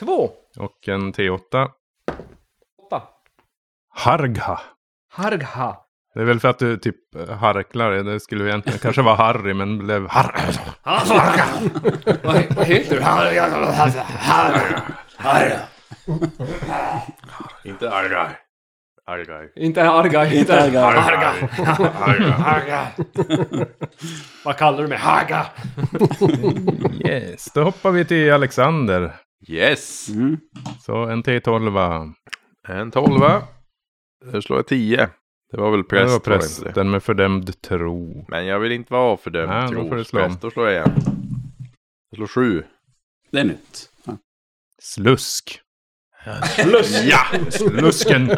[SPEAKER 4] Två.
[SPEAKER 1] och en T8.
[SPEAKER 4] Åtta.
[SPEAKER 1] Hargha.
[SPEAKER 4] Hargha.
[SPEAKER 1] Det är väl för att du typ harklar. Det skulle ju egentligen kanske vara Harry, men blev har
[SPEAKER 4] Vad, he- vad heter du?
[SPEAKER 9] Inte Argar. Argar.
[SPEAKER 4] Inte Hargha. Inte
[SPEAKER 5] Argar.
[SPEAKER 4] Harga. Vad kallar du mig? Harga.
[SPEAKER 1] Yes, då hoppar vi till Alexander.
[SPEAKER 9] Yes!
[SPEAKER 5] Mm.
[SPEAKER 1] Så en T12.
[SPEAKER 9] En tolva. Där slår jag tio. Det var väl
[SPEAKER 1] Det var
[SPEAKER 9] präst? var det inte det?
[SPEAKER 1] prästen med fördömd tro.
[SPEAKER 9] Men jag vill inte vara för
[SPEAKER 1] Nej,
[SPEAKER 9] dömd
[SPEAKER 1] då får du slå om.
[SPEAKER 9] trospräst. Då slår jag igen. Jag slår sju.
[SPEAKER 5] Det är nytt. Ja.
[SPEAKER 1] Slusk.
[SPEAKER 3] Sluss.
[SPEAKER 1] Ja, slusken.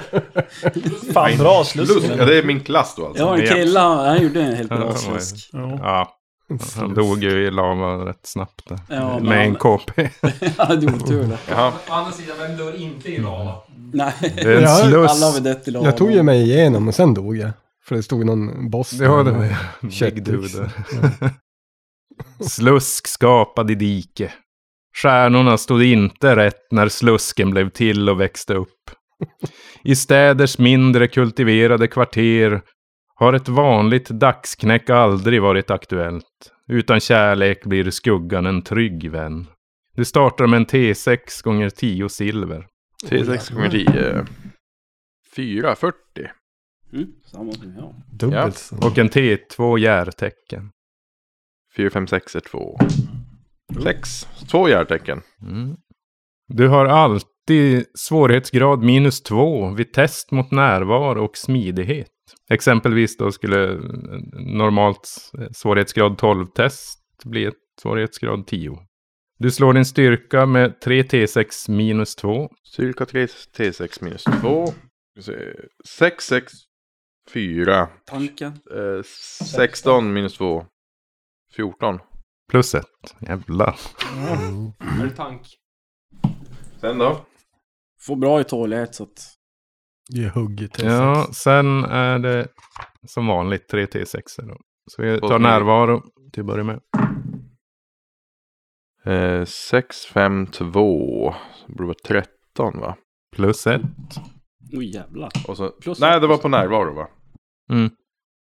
[SPEAKER 3] Fan, bra sluss.
[SPEAKER 9] Ja, det är min klass då alltså.
[SPEAKER 5] Jag har en
[SPEAKER 1] Ja.
[SPEAKER 5] kille, han gjorde en helt
[SPEAKER 1] Ja, det
[SPEAKER 5] bra
[SPEAKER 1] var
[SPEAKER 5] slusk.
[SPEAKER 3] Ja.
[SPEAKER 1] Ja, han dog ju i lava rätt snabbt där.
[SPEAKER 5] Ja, men
[SPEAKER 1] Med en
[SPEAKER 5] han,
[SPEAKER 1] KP.
[SPEAKER 5] han hade otur där.
[SPEAKER 9] Jaha.
[SPEAKER 4] Å andra sidan, vem dör inte i lava?
[SPEAKER 5] Nej,
[SPEAKER 1] Det är
[SPEAKER 6] Ja,
[SPEAKER 1] en
[SPEAKER 5] alla har vi
[SPEAKER 1] sluss.
[SPEAKER 5] dött i lava.
[SPEAKER 6] Jag tog ju mig igenom och sen dog jag. För det stod någon boss
[SPEAKER 1] Det har
[SPEAKER 6] där.
[SPEAKER 1] du. Big
[SPEAKER 6] Köttbyxor.
[SPEAKER 1] dude. Slusk skapad i dike. Stjärnorna stod inte rätt när slusken blev till och växte upp. I städers mindre kultiverade kvarter har ett vanligt dagsknäck aldrig varit aktuellt. Utan kärlek blir skuggan en trygg vän. Det startar med en T6 gånger 10 silver.
[SPEAKER 9] T6 gånger 10. 4, 40.
[SPEAKER 5] Mm, samma som jag.
[SPEAKER 6] Dubbelt så.
[SPEAKER 1] Och en T2 järtecken.
[SPEAKER 9] 4, 5, 6 är 2. 6. Två hjärtecken.
[SPEAKER 1] Du har alltid svårighetsgrad minus två vid test mot närvaro och smidighet. Exempelvis då skulle eh, normalt svårighetsgrad 12-test bli ett svårighetsgrad 10. Du slår din styrka med 3 T6 minus 2.
[SPEAKER 9] Styrka 3, T6 minus 2. 6, 6, 4.
[SPEAKER 5] Tanken.
[SPEAKER 9] 16 Eh, minus 2. 14.
[SPEAKER 1] Plus 1. Jävlar.
[SPEAKER 4] Är du tank?
[SPEAKER 9] Sen då?
[SPEAKER 5] Får bra i tålighet så att...
[SPEAKER 6] Ge hugg i T6.
[SPEAKER 1] Ja, sen är det som vanligt 3 T6. Då. Så vi tar
[SPEAKER 9] Okej.
[SPEAKER 1] närvaro till att börja med.
[SPEAKER 7] Eh, 6, 5, 2. Så borde det vara 13 va?
[SPEAKER 1] Plus
[SPEAKER 5] Mm.
[SPEAKER 1] ett.
[SPEAKER 5] Oj jävlar.
[SPEAKER 7] Och så,
[SPEAKER 5] Plus
[SPEAKER 7] nej,
[SPEAKER 5] ett,
[SPEAKER 7] det var
[SPEAKER 5] plus
[SPEAKER 7] på
[SPEAKER 5] ett.
[SPEAKER 7] närvaro va?
[SPEAKER 1] Mm.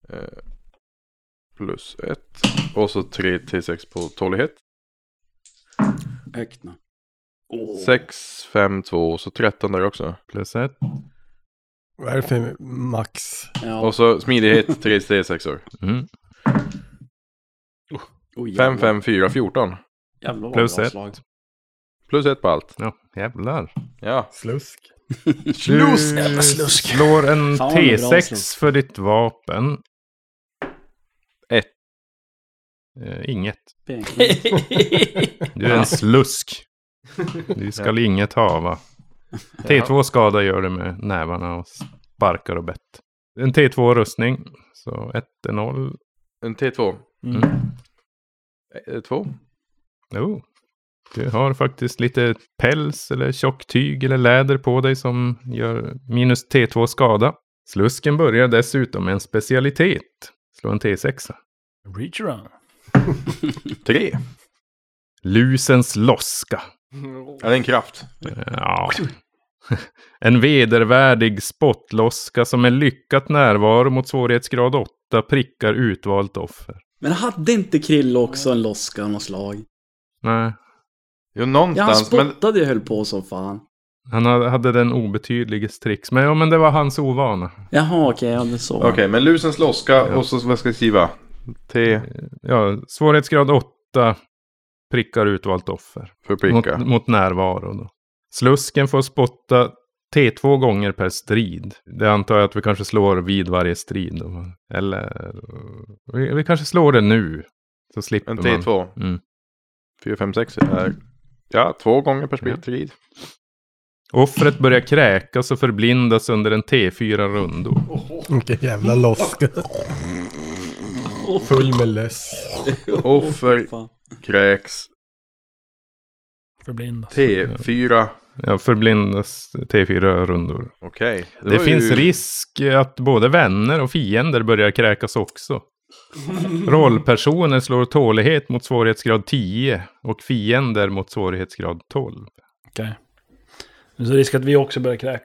[SPEAKER 7] Eh, plus 1. Och så 3 till 6 på tålighet.
[SPEAKER 5] Högt nu. Åh.
[SPEAKER 7] 6, 5, 2. Så 13 där också.
[SPEAKER 1] Plus ett.
[SPEAKER 6] Vad är det för max?
[SPEAKER 5] Ja.
[SPEAKER 7] Och så smidighet 3 till 6 år.
[SPEAKER 1] Mm.
[SPEAKER 5] Oj, jävlar.
[SPEAKER 7] 5, 5, 4, 14.
[SPEAKER 5] Jävlar vad
[SPEAKER 1] Plus
[SPEAKER 5] bra
[SPEAKER 1] ett.
[SPEAKER 5] slag.
[SPEAKER 7] Plus 1 på allt.
[SPEAKER 1] Ja, jävlar.
[SPEAKER 7] Ja.
[SPEAKER 6] Slusk.
[SPEAKER 1] Slusk! Jävla slusk. slår en
[SPEAKER 5] Fan, vad bra
[SPEAKER 1] T6
[SPEAKER 5] slusk.
[SPEAKER 1] för ditt vapen.
[SPEAKER 7] Ett.
[SPEAKER 1] Eh, inget.
[SPEAKER 5] Pekning.
[SPEAKER 1] Du är en slusk. Du ska inget hava. T2 skada gör du med nävarna och sparkar och bett. En T2 rustning. Så 1 är 0.
[SPEAKER 7] En T2.
[SPEAKER 1] Mm.
[SPEAKER 7] Eh, Två.
[SPEAKER 1] Jo. Oh. Du har faktiskt lite päls eller tjocktyg eller läder på dig som gör minus T2 skada. Slusken börjar dessutom med en specialitet. Slå en T6.
[SPEAKER 3] Reach around.
[SPEAKER 7] Tre.
[SPEAKER 1] Lusens loska.
[SPEAKER 3] Mm.
[SPEAKER 7] Ja, det är en kraft.
[SPEAKER 1] Ja. En vedervärdig spottloska som med lyckat närvaro mot svårighetsgrad 8 prickar utvalt offer.
[SPEAKER 5] Men hade inte Krille också en loska av något slag?
[SPEAKER 1] Nej,
[SPEAKER 7] Jo,
[SPEAKER 5] Ja, han
[SPEAKER 7] någonstans. men
[SPEAKER 5] spottade ju höll på som fan.
[SPEAKER 1] han ha- hade den obetydliges tricks. Men, ja, men det var hans ovana.
[SPEAKER 5] Jaha, okej, ja, det är så.
[SPEAKER 7] Okej, men lusens loska och så vad ska jag skriva? T
[SPEAKER 1] Ja, svårighetsgrad 8 prickar utvalt offer.
[SPEAKER 7] för
[SPEAKER 1] Mot,
[SPEAKER 7] pricka.
[SPEAKER 1] mot närvaro då. Slusken får spotta T2 gånger per strid. Det antar jag att vi kanske slår vid varje strid. Då. Eller... Vi, vi kanske slår det nu. Så slipper
[SPEAKER 7] En
[SPEAKER 1] man.
[SPEAKER 7] T2.
[SPEAKER 1] Mm.
[SPEAKER 7] 4, 5, 6 är... Ja, två gånger per
[SPEAKER 1] Ja.
[SPEAKER 7] speltid.
[SPEAKER 1] Offret börjar kräkas och förblindas under en T4 rundor.
[SPEAKER 6] Vilken jävla loska. Full med löss.
[SPEAKER 7] Offer
[SPEAKER 5] Fan.
[SPEAKER 7] kräks
[SPEAKER 3] Förblindas.
[SPEAKER 7] T4.
[SPEAKER 1] Ja, förblindas T4 rundor.
[SPEAKER 7] Okej.
[SPEAKER 1] Det,
[SPEAKER 7] var
[SPEAKER 1] finns
[SPEAKER 7] ju-
[SPEAKER 1] risk att både vänner och fiender börjar kräkas också. Rollpersoner slår tålighet mot svårighetsgrad 10 och fiender mot svårighetsgrad 12.
[SPEAKER 3] Det är så risk att vi också börjar kräka.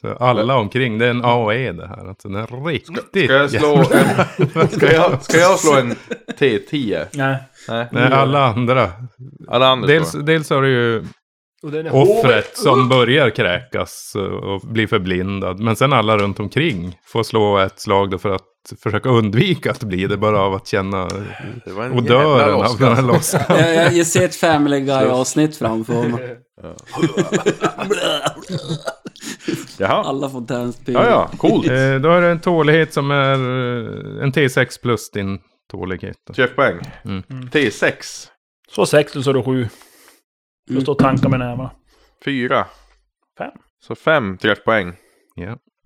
[SPEAKER 1] Så alla omkring, det är en AOE det här. Alltså den är riktigt...
[SPEAKER 7] Ska jag slå en... Ska jag, ska jag slå en T10?
[SPEAKER 3] Nej.
[SPEAKER 7] Nej.
[SPEAKER 1] Nej, alla andra.
[SPEAKER 7] Alla andra
[SPEAKER 1] Dels,
[SPEAKER 7] slår.
[SPEAKER 1] dels har du ju offret som börjar kräkas och blir förblindad. Men sen alla runt omkring får slå ett slag då för att försöka undvika att bli det bara av att känna
[SPEAKER 7] Det var en jävla
[SPEAKER 1] odören av
[SPEAKER 7] loska.
[SPEAKER 1] den här loskan.
[SPEAKER 5] Jag, jag, jag ser ett Family Guy-avsnitt framför mig.
[SPEAKER 7] Jaha.
[SPEAKER 5] Alla fontänspel.
[SPEAKER 7] Ja, ja. Coolt.
[SPEAKER 1] Eh, då är det en tålighet som är eh, en T6 plus din tålighet. då.
[SPEAKER 7] Träffpoäng.
[SPEAKER 1] Mm.
[SPEAKER 7] T6.
[SPEAKER 3] Så sex, du så är det sju.
[SPEAKER 5] Mm.
[SPEAKER 3] Du står och tankar med nävarna.
[SPEAKER 7] 4.
[SPEAKER 3] Fem.
[SPEAKER 7] Så 5 träffpoäng.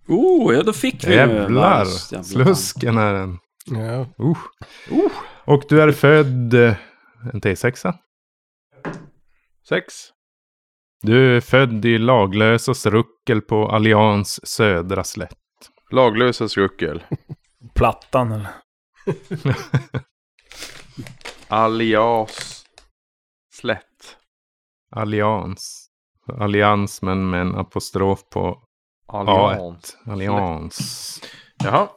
[SPEAKER 5] Oh, ja då fick vi ju
[SPEAKER 1] Jävlar!
[SPEAKER 5] Varus, jävlar.
[SPEAKER 1] Slusken är en.
[SPEAKER 6] Ja.
[SPEAKER 1] Uh. Och du är född eh, en T6.
[SPEAKER 7] 6.
[SPEAKER 1] Du är född i laglösas ruckel på Allians södra slätt.
[SPEAKER 7] Laglösas ruckel.
[SPEAKER 3] Plattan eller?
[SPEAKER 7] Alias. Slätt.
[SPEAKER 1] Allians. Allians men med en apostrof på
[SPEAKER 7] Allians.
[SPEAKER 1] A1. Allians.
[SPEAKER 7] Jaha.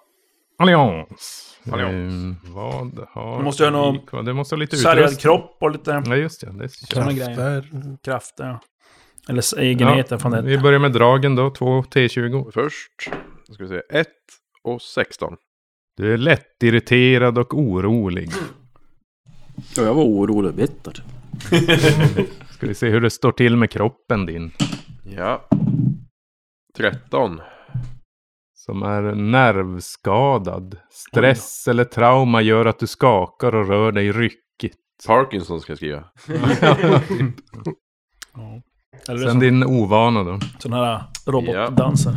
[SPEAKER 1] Allians.
[SPEAKER 7] Allians.
[SPEAKER 1] Ehm, vad har...
[SPEAKER 3] Du måste göra
[SPEAKER 1] vi
[SPEAKER 3] någon
[SPEAKER 1] kvar? Det måste ha lite
[SPEAKER 3] Sargad
[SPEAKER 1] utrustning.
[SPEAKER 3] kropp och lite
[SPEAKER 1] Ja, just det. det är
[SPEAKER 3] Såna
[SPEAKER 6] Krafter.
[SPEAKER 3] krafter. Ja. Eller s- egenheter från det.
[SPEAKER 1] Vi börjar med dragen då, 2 T20.
[SPEAKER 7] Först. Då ska vi se. 1 och 16.
[SPEAKER 1] Du är lätt irriterad och orolig.
[SPEAKER 5] Ja, jag var orolig och bitter.
[SPEAKER 1] Ska vi se hur det står till med kroppen din.
[SPEAKER 7] Ja. 13.
[SPEAKER 1] Som är nervskadad. Stress eller trauma gör att du skakar och rör dig ryckigt.
[SPEAKER 7] Parkinson ska jag skriva.
[SPEAKER 3] Eller
[SPEAKER 1] Sen
[SPEAKER 3] sån,
[SPEAKER 1] din ovana då.
[SPEAKER 3] sån här robotdanser.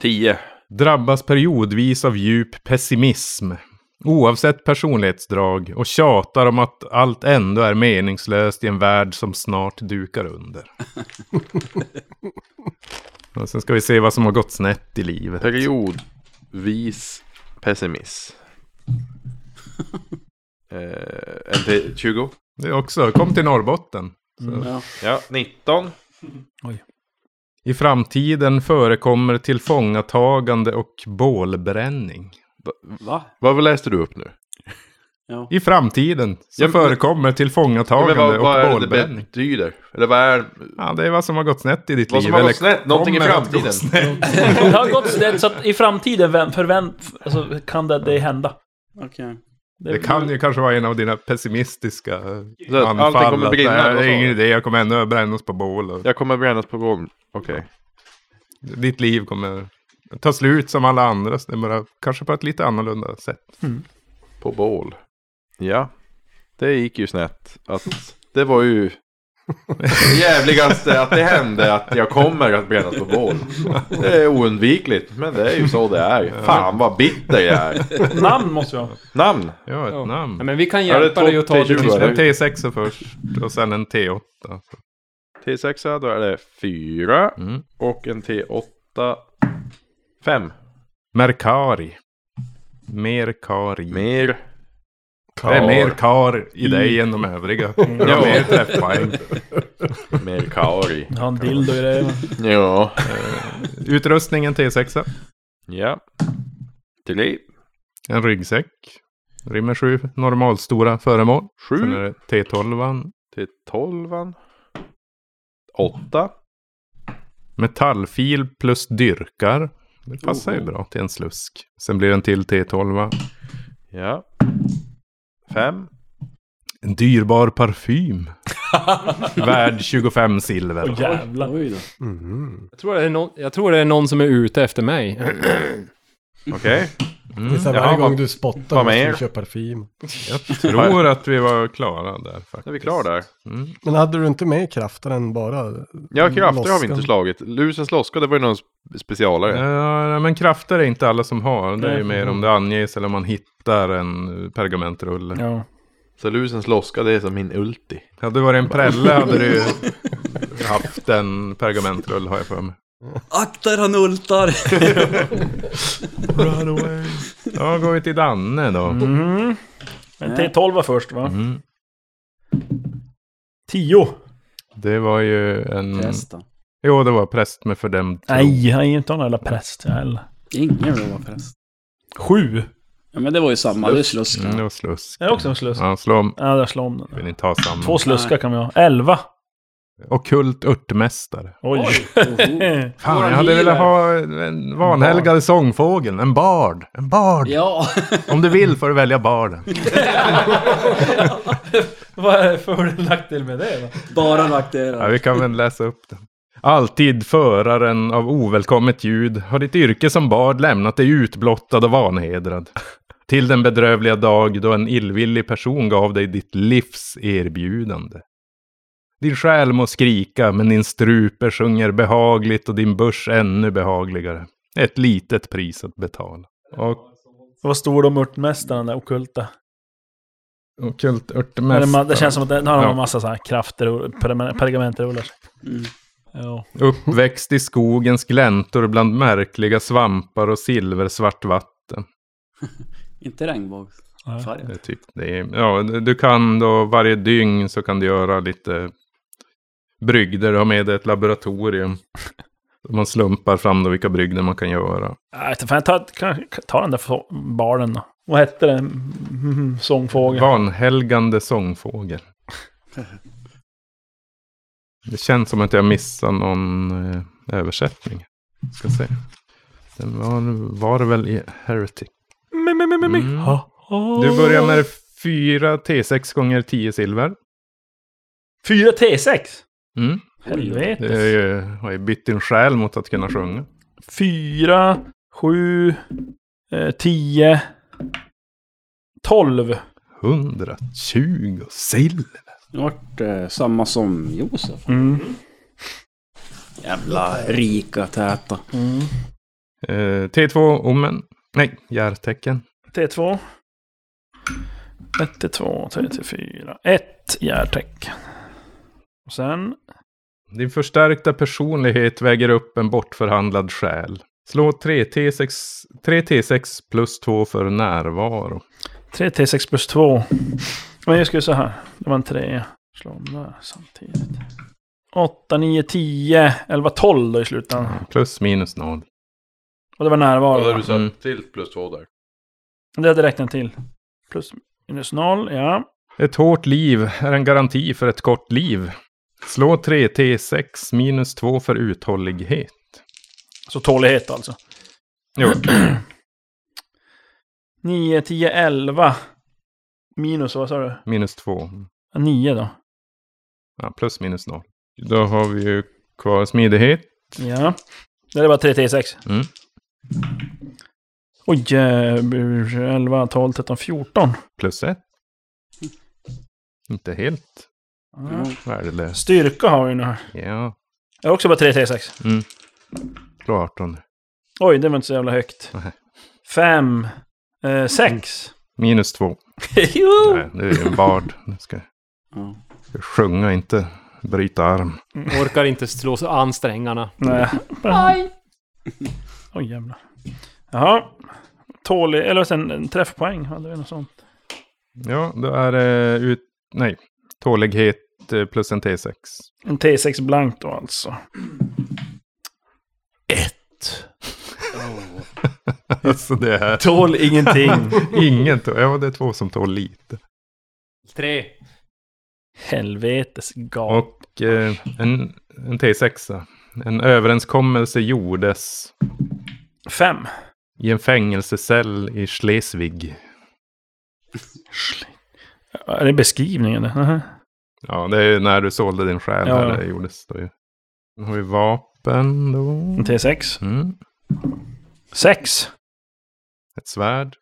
[SPEAKER 7] 10.
[SPEAKER 1] Drabbas periodvis av djup pessimism. Oavsett personlighetsdrag och tjatar om att allt ändå är meningslöst i en värld som snart dukar under. och sen ska vi se vad som har gått snett i livet.
[SPEAKER 7] Periodvis pessimism. Eh, NT20.
[SPEAKER 1] Det är också. Kom till Norrbotten. Så.
[SPEAKER 5] Ja.
[SPEAKER 7] Ja, 19.
[SPEAKER 1] I framtiden förekommer tillfångatagande och bålbränning.
[SPEAKER 5] Va?
[SPEAKER 7] Vad läste du upp nu?
[SPEAKER 5] Ja.
[SPEAKER 1] I framtiden så
[SPEAKER 7] Ja, men-
[SPEAKER 1] förekommer
[SPEAKER 7] men
[SPEAKER 1] tillfångatagande
[SPEAKER 7] vad, vad
[SPEAKER 1] och
[SPEAKER 7] är det det
[SPEAKER 1] bålbränning.
[SPEAKER 7] betyder? Eller vad är
[SPEAKER 1] Ja, det är vad som har gått snett i ditt
[SPEAKER 7] vad
[SPEAKER 1] liv.
[SPEAKER 7] som har
[SPEAKER 1] eller
[SPEAKER 7] gått snett? Någonting i
[SPEAKER 1] kommer att gå
[SPEAKER 7] framtiden?
[SPEAKER 3] Det har gått snett, så att i framtiden vem, förvänt, alltså, kan det, det hända.
[SPEAKER 5] Okej.
[SPEAKER 1] Det kan ju kanske vara en av dina pessimistiska
[SPEAKER 7] Så att
[SPEAKER 1] anfall.
[SPEAKER 7] allting kommer
[SPEAKER 1] att
[SPEAKER 7] brinna,
[SPEAKER 1] det här
[SPEAKER 7] vad sa
[SPEAKER 1] är ingen
[SPEAKER 7] du?
[SPEAKER 1] idé, jag kommer ändå brännas på bål. Och
[SPEAKER 7] Jag kommer brännas på golv. Okej.
[SPEAKER 1] Ditt liv kommer ta slut som alla andras. Det är bara, kanske på ett lite annorlunda sätt.
[SPEAKER 7] På bål. Ja. Det gick ju snett. Att det var ju det jävligaste att det hände att jag kommer att brännas på bål. Det är oundvikligt. Men det är ju så det är. Fan vad bitter jag är.
[SPEAKER 3] Namn måste jag ha.
[SPEAKER 7] Namn.
[SPEAKER 1] Ja, ett namn.
[SPEAKER 9] Ja, men vi kan
[SPEAKER 7] Ja, det är
[SPEAKER 9] hjälpa dig att ta dig
[SPEAKER 7] topp till tjugo,
[SPEAKER 9] till...
[SPEAKER 7] eller?
[SPEAKER 1] En T6 först och sen en T8.
[SPEAKER 7] T6 då är det fyra.
[SPEAKER 1] Mm.
[SPEAKER 7] Och en T8. Fem.
[SPEAKER 1] Merkari. Merkari.
[SPEAKER 7] Mer.
[SPEAKER 1] Det är mer kar i dig
[SPEAKER 7] Mm.
[SPEAKER 1] än de övriga. Du har mer träffpoäng.
[SPEAKER 7] Mer kari.
[SPEAKER 3] Jag har en dildo i det.
[SPEAKER 7] Ja.
[SPEAKER 1] Utrustningen T6.
[SPEAKER 7] Ja. Tre.
[SPEAKER 1] En ryggsäck. Rymmer sju normalstora föremål. Sen är
[SPEAKER 7] Sju.
[SPEAKER 1] det T12.
[SPEAKER 7] Till tolvan. Åtta.
[SPEAKER 1] Metallfil plus dyrkar. Det passar ju bra till en slusk. Sen blir det en till T12.
[SPEAKER 7] Ja. Fem.
[SPEAKER 1] En dyrbar parfym. Värd 25 silver.
[SPEAKER 3] Åh, Jävlar.
[SPEAKER 5] Oj då.
[SPEAKER 6] Mhm.
[SPEAKER 9] Jag, tror det är någon, jag tror det är någon som är ute efter mig.
[SPEAKER 7] Okej.
[SPEAKER 1] Mm.
[SPEAKER 6] Det är så här,
[SPEAKER 1] Ja,
[SPEAKER 6] varje gång
[SPEAKER 1] vad-
[SPEAKER 6] du
[SPEAKER 7] vad
[SPEAKER 6] spottar måste
[SPEAKER 7] mer?
[SPEAKER 6] du köpa parfym.
[SPEAKER 1] jag tror att vi var klara där faktiskt.
[SPEAKER 7] Är vi klara där?
[SPEAKER 1] Mm.
[SPEAKER 6] Men hade du inte med krafter än bara...
[SPEAKER 7] Ja, krafter har vi
[SPEAKER 6] Loskan.
[SPEAKER 7] inte slagit. Lusens loska, det var ju någon sp- specialare.
[SPEAKER 1] Ja, men krafter är inte alla som har. Det är ju
[SPEAKER 3] Nej.
[SPEAKER 1] mer om det anges eller om man hittar en eh, pergamentrulle.
[SPEAKER 3] Ja.
[SPEAKER 7] Så lusens loska, det är som min ulti.
[SPEAKER 1] Hade det varit en prälle hade du ju haft en pergamentrull har jag för mig.
[SPEAKER 5] Akta er han ultar!
[SPEAKER 1] Ja, går vi till Danne då.
[SPEAKER 3] Mm. Men T12 var först va?
[SPEAKER 1] Mm.
[SPEAKER 3] 10.
[SPEAKER 1] Det var ju
[SPEAKER 7] Mm.
[SPEAKER 1] en...
[SPEAKER 5] Präst då.
[SPEAKER 1] Jo, det var präst med fördömd tro.
[SPEAKER 3] Nej, han är ju inte någon jävla präst heller.
[SPEAKER 5] Ingen vill vara präst.
[SPEAKER 3] 7.
[SPEAKER 5] Ja men det var ju samma, det är slusk.
[SPEAKER 1] Mm, det var slusk.
[SPEAKER 3] Är det också en slusk?
[SPEAKER 1] Ja, slå om.
[SPEAKER 3] Ja, jag slår om
[SPEAKER 1] Vill
[SPEAKER 3] den.
[SPEAKER 1] ni ta samma?
[SPEAKER 3] Två sluskar kan vi ha. 11.
[SPEAKER 1] Ockult örtmästare.
[SPEAKER 3] Oj.
[SPEAKER 1] Fan, jag hade velat ha en vanhelgade sångfågeln. En bard. En bard.
[SPEAKER 5] Ja,
[SPEAKER 1] Om du vill får du välja barden.
[SPEAKER 3] Vad är det för nackdel med det? va?
[SPEAKER 5] bara nackdelar.
[SPEAKER 1] Ja, vi kan väl läsa upp den. Alltid föraren av ovälkommet ljud har ditt yrke som bard lämnat dig utblottad och vanhedrad. Till den bedrövliga dag då en illvillig person gav dig ditt livs erbjudande. Din själ må skrika, men din strupe sjunger behagligt och din börs ännu behagligare. Ett litet pris att betala. Och
[SPEAKER 3] Vad står det om örtmästaren, den där ockulta?
[SPEAKER 1] ockult
[SPEAKER 3] Men det, ma-
[SPEAKER 1] örtmästare.
[SPEAKER 3] det känns som att den har
[SPEAKER 1] Ja.
[SPEAKER 3] en massa så här krafter och pergam- pergamentrullar.
[SPEAKER 5] Mm.
[SPEAKER 3] Ja.
[SPEAKER 1] Uppväxt i skogens gläntor bland märkliga svampar och silversvart vatten.
[SPEAKER 5] Inte regnbågsfärg.
[SPEAKER 1] Det är typ det. är- Ja, du kan då varje dygn så kan du göra lite brygder. Du har med dig ett laboratorium. Man slumpar fram då vilka brygder man kan göra.
[SPEAKER 3] Jag vet inte, fan, jag tar, kan, kan, ta den där få- baren då. Vad hette den? Mm, Sångfågeln.
[SPEAKER 1] Vanhelgande sångfågel. Det känns som att jag missar någon eh, översättning. Ska se. Den var, var väl i Heretic.
[SPEAKER 3] Mm, mm, mm, mm.
[SPEAKER 1] Mm.
[SPEAKER 3] Ha, ha.
[SPEAKER 1] Du börjar med 4 T6 gånger 10 silver.
[SPEAKER 3] 4 T6.
[SPEAKER 1] Mm. Det är
[SPEAKER 3] Helvete.
[SPEAKER 1] ju, har ju bytt din själ mot att kunna sjunga.
[SPEAKER 3] 4, 7, eh, 10, 12.
[SPEAKER 1] 120 silver.
[SPEAKER 5] Det vart eh, samma som Josef.
[SPEAKER 1] Mm.
[SPEAKER 5] Jävla rika täta.
[SPEAKER 3] Mm.
[SPEAKER 1] Eh, T2 omen. Nej, järtecken.
[SPEAKER 3] T2. 1, T2, 3, T4. 1 järtecken. Och sen...
[SPEAKER 1] Din förstärkta personlighet väger upp en bortförhandlad själ. Slå 3 T6, 3 T6 plus 2 för närvaro.
[SPEAKER 3] 3 T6 plus 2. Men jag ska ju så här. Det var en trea. Slå om där samtidigt. 8, 9, 10, 11, 12 då i slutändan.
[SPEAKER 1] Plus minus noll.
[SPEAKER 3] Och det var närvaro.
[SPEAKER 7] Och där du sa
[SPEAKER 1] Mm.
[SPEAKER 7] till plus två där.
[SPEAKER 3] Det hade räknat till. Plus minus noll, ja.
[SPEAKER 1] Ett hårt liv är en garanti för ett kort liv. Slå 3T6 minus 2 för uthållighet.
[SPEAKER 3] Så tålighet alltså.
[SPEAKER 1] Jo,
[SPEAKER 3] 9, 10, 11. Minus, vad sa du?
[SPEAKER 1] minus 2.
[SPEAKER 3] 9 då.
[SPEAKER 1] Ja, plus minus 0. Då har vi ju kvar smidighet.
[SPEAKER 3] Ja. Det är bara 3 till 6.
[SPEAKER 1] Mm.
[SPEAKER 3] Oj, eh, 11, 12, 13, 14.
[SPEAKER 1] Plus 1. Inte helt
[SPEAKER 3] Ja.
[SPEAKER 5] Mm.
[SPEAKER 1] värdelöst.
[SPEAKER 3] Styrka har vi nu här.
[SPEAKER 1] Ja,
[SPEAKER 3] Det är också bara 3 till 6.
[SPEAKER 1] slå 18.
[SPEAKER 3] Oj, det var inte så jävla högt. eh,
[SPEAKER 1] Nej.
[SPEAKER 3] 5, 6.
[SPEAKER 1] Minus 2.
[SPEAKER 3] Jo!
[SPEAKER 1] Nej, det är ju en bard. Nu ska
[SPEAKER 5] Ja.
[SPEAKER 1] jag sjunga, inte bryta arm.
[SPEAKER 9] Orkar inte slå sig an strängarna.
[SPEAKER 3] Nej. Aj! Oj jävlar. Jaha. Tålig, eller sen en träffpoäng hade vi något sånt.
[SPEAKER 1] Ja, då är det ut... Nej. Tålighet eh, plus en T6.
[SPEAKER 3] En T6 blank då alltså. Ett.
[SPEAKER 1] alltså det är
[SPEAKER 3] Tål ingenting.
[SPEAKER 1] ingen tå... Ja, det är två som tål lite.
[SPEAKER 9] Tre.
[SPEAKER 3] Helvetes gap.
[SPEAKER 1] Och eh, en, en T6. En överenskommelse gjordes
[SPEAKER 3] Fem.
[SPEAKER 1] i en fängelsecell i Schleswig.
[SPEAKER 3] Är det beskrivningen? det? Mhm. Aha.
[SPEAKER 1] Ja, det är ju när du sålde din själ.
[SPEAKER 3] Ja,
[SPEAKER 1] När
[SPEAKER 3] ja.
[SPEAKER 1] det gjordes då ju. Nu har vi vapen då.
[SPEAKER 3] En T6.
[SPEAKER 1] Mm.
[SPEAKER 3] Sex.
[SPEAKER 1] Ett svärd.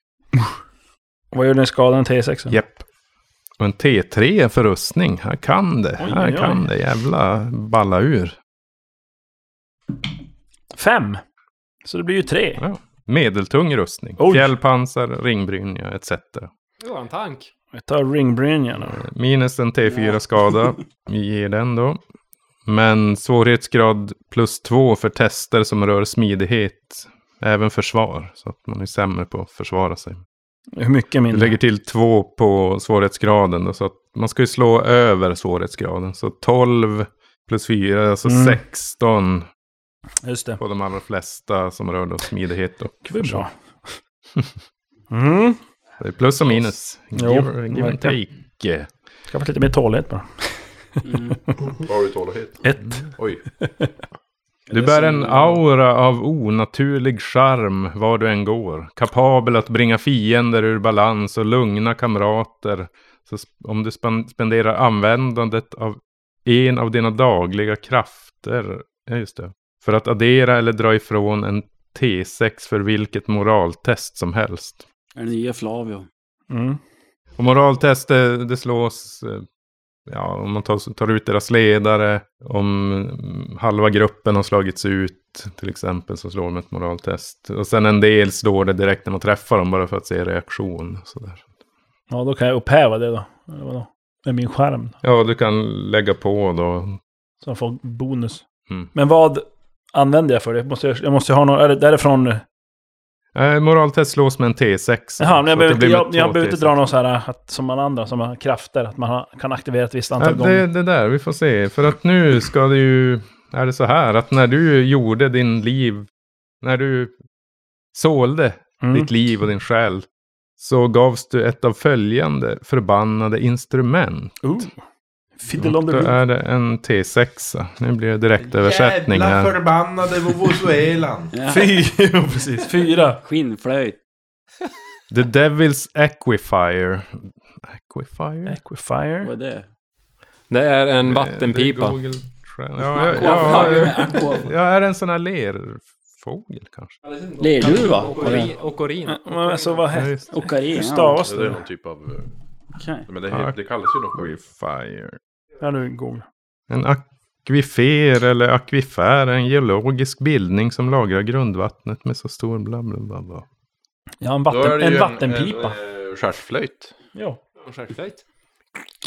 [SPEAKER 3] Vad gör den skadan T6?
[SPEAKER 1] Japp. Och en T3 för rustning. Här kan det.
[SPEAKER 3] Oj,
[SPEAKER 1] Här
[SPEAKER 3] oj,
[SPEAKER 1] kan
[SPEAKER 3] oj.
[SPEAKER 1] det jävla balla ur.
[SPEAKER 3] Fem. Så det blir ju tre.
[SPEAKER 1] Ja. Medeltung rustning.
[SPEAKER 3] Oj.
[SPEAKER 1] Fjällpansar, ringbrynja etc.
[SPEAKER 9] Det var en tank.
[SPEAKER 3] Vi tar ringbrynjan. då.
[SPEAKER 1] Minus en T4-skada. Vi ger den då. Men svårighetsgrad plus två för tester som rör smidighet. Även försvar. Så att man är sämre på att försvara sig.
[SPEAKER 3] Hur mycket
[SPEAKER 1] Du
[SPEAKER 3] mindre?
[SPEAKER 1] lägger till två på svårighetsgraden. Då, så att man ska ju slå över svårighetsgraden. Så 12 plus 4, alltså
[SPEAKER 3] Mm.
[SPEAKER 1] 16
[SPEAKER 3] Just det.
[SPEAKER 1] på de allra flesta som rör då smidighet och
[SPEAKER 3] Det är bra.
[SPEAKER 1] försvar.
[SPEAKER 3] Mm.
[SPEAKER 1] Det är plus och minus.
[SPEAKER 3] Jo,
[SPEAKER 1] Give, give and
[SPEAKER 3] verkligen.
[SPEAKER 1] take.
[SPEAKER 3] Skaffa lite mer tålighet bara.
[SPEAKER 5] Mm.
[SPEAKER 7] Vad har du tålighet?
[SPEAKER 3] Ett.
[SPEAKER 7] Oj.
[SPEAKER 1] Du bär en aura av onaturlig charm var du än går. Kapabel att bringa fiender ur balans och lugna kamrater. Så sp- om du spen- spenderar användandet av en av dina dagliga krafter. Ja, just det. För att addera eller dra ifrån en T6 för vilket moraltest som helst.
[SPEAKER 5] Är det nya Flavio?
[SPEAKER 3] Mm.
[SPEAKER 1] Och moraltest, det, det slås... eh, Ja, om man tar, tar ut deras ledare, om mm, halva gruppen har slagits ut till exempel, så slår de ett moraltest. Och sen en del slår det direkt när man träffar dem, bara för att se reaktion. och Sådär.
[SPEAKER 3] Ja, då kan jag upphäva det då. Eller vadå? Med min skärm. Då.
[SPEAKER 1] Ja, du kan lägga på då.
[SPEAKER 3] Så jag får bonus.
[SPEAKER 1] Mm.
[SPEAKER 3] Men vad använder jag för det? Måste jag, jag måste ju ha någon... Är det därifrån... eh,
[SPEAKER 1] Eh, moraltest slås med en T6.
[SPEAKER 3] Jaha,
[SPEAKER 1] Så
[SPEAKER 3] men
[SPEAKER 1] att
[SPEAKER 3] jag
[SPEAKER 1] det
[SPEAKER 3] behöver, inte-
[SPEAKER 1] blir med
[SPEAKER 3] jag,
[SPEAKER 1] två
[SPEAKER 3] jag behöver inte
[SPEAKER 1] T6.
[SPEAKER 3] dra någon så här eh, att, som alla andra som har krafter. Att man har, kan aktivera ett visst
[SPEAKER 1] Ja,
[SPEAKER 3] antal
[SPEAKER 1] det,
[SPEAKER 3] gånger.
[SPEAKER 1] det där, vi får se. För att nu ska det ju... Är det så här att när du gjorde din liv... När du sålde
[SPEAKER 3] Mm.
[SPEAKER 1] ditt liv och din själ. Så gavs du ett av följande förbannade instrument.
[SPEAKER 3] Ooh. Fiddle on
[SPEAKER 1] Då
[SPEAKER 3] the roof.
[SPEAKER 1] är det en T6. Nu blir det direktöversättning här.
[SPEAKER 7] förbannade vovozuelan.
[SPEAKER 5] Ja.
[SPEAKER 3] Fy, jo, precis. Fyra.
[SPEAKER 5] Skinnflöjt.
[SPEAKER 1] The Devil's Equifier. Equifier?
[SPEAKER 3] Equifire.
[SPEAKER 5] Vad är det?
[SPEAKER 9] Det är en
[SPEAKER 1] Eh, det är
[SPEAKER 9] vattenpipa.
[SPEAKER 1] Google Trends. Ja, ja, ja, ja, ja, är det en sån här lerfågel kanske?
[SPEAKER 5] Lerduva?
[SPEAKER 9] Okorin.
[SPEAKER 3] Men alltså vad
[SPEAKER 1] Ja,
[SPEAKER 3] hette
[SPEAKER 1] just det.
[SPEAKER 5] Okarina?
[SPEAKER 7] Ja,
[SPEAKER 3] stavas
[SPEAKER 7] det är
[SPEAKER 3] det?
[SPEAKER 7] någon typ av... eh,
[SPEAKER 5] Okej.
[SPEAKER 7] Men det, he- det kallas ju något.
[SPEAKER 1] Equifier.
[SPEAKER 3] Ja, nu googlar
[SPEAKER 1] En akvifer eller akvifär är en geologisk bildning som lagrar grundvattnet med så stor bla bla bla. bla.
[SPEAKER 3] Ja, en,
[SPEAKER 7] Då är
[SPEAKER 3] vatten,
[SPEAKER 7] det ju
[SPEAKER 3] en vattenpipa.
[SPEAKER 7] En, en, eh, stjärtflöjt.
[SPEAKER 3] Ja.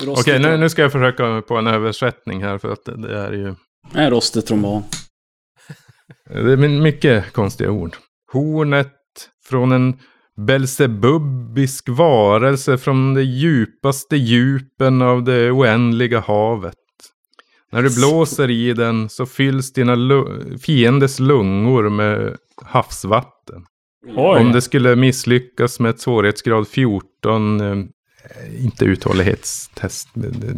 [SPEAKER 5] Rostig
[SPEAKER 1] Okej, nu,
[SPEAKER 5] trom-
[SPEAKER 1] nu ska jag försöka mig på en översättning här för att det, det är ju...
[SPEAKER 5] En rostig trombon.
[SPEAKER 1] Det är min- mycket konstiga ord. Hornet från en Belzebubbisk varelse från de djupaste djupen av det oändliga havet. När du blåser i den så fylls dina lu- fiendes lungor med havsvatten.
[SPEAKER 3] Oj.
[SPEAKER 1] Om det skulle misslyckas med ett svårighetsgrad 14, eh, inte uthållighetstest, eh, eh,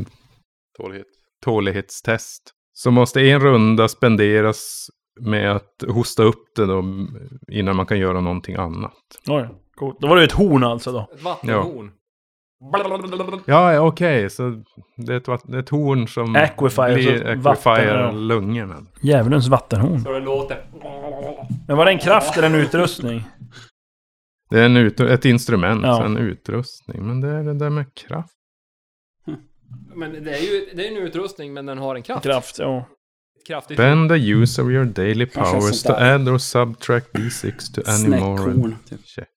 [SPEAKER 7] Tålighet.
[SPEAKER 1] tålighetstest, så måste en runda spenderas med att hosta upp det då innan man kan göra någonting annat.
[SPEAKER 3] Oj, coolt. Då var det ju ett horn alltså då.
[SPEAKER 9] Ett vattenhorn.
[SPEAKER 1] Ja, ja, okej, så det är ett, vatt- det är ett horn som
[SPEAKER 3] Aquifer,
[SPEAKER 1] Mm. blir
[SPEAKER 3] alltså vatten,
[SPEAKER 1] aquifirar
[SPEAKER 3] ja.
[SPEAKER 1] lungorna.
[SPEAKER 3] Djävulens vattenhorn.
[SPEAKER 9] Så det låter.
[SPEAKER 3] Men var det en kraft eller en utrustning?
[SPEAKER 1] Det är en ut- ett instrument,
[SPEAKER 3] Ja.
[SPEAKER 1] en utrustning, men det är det där med kraft.
[SPEAKER 9] Men det är ju det är en utrustning, men den har en kraft.
[SPEAKER 3] Kraft, ja.
[SPEAKER 9] Kraftigt.
[SPEAKER 1] Bend the use of your daily
[SPEAKER 5] Kanske
[SPEAKER 1] powers to
[SPEAKER 5] sånt där.
[SPEAKER 1] add or subtract d6 to any moral
[SPEAKER 5] Snäckhorn, typ.
[SPEAKER 1] check.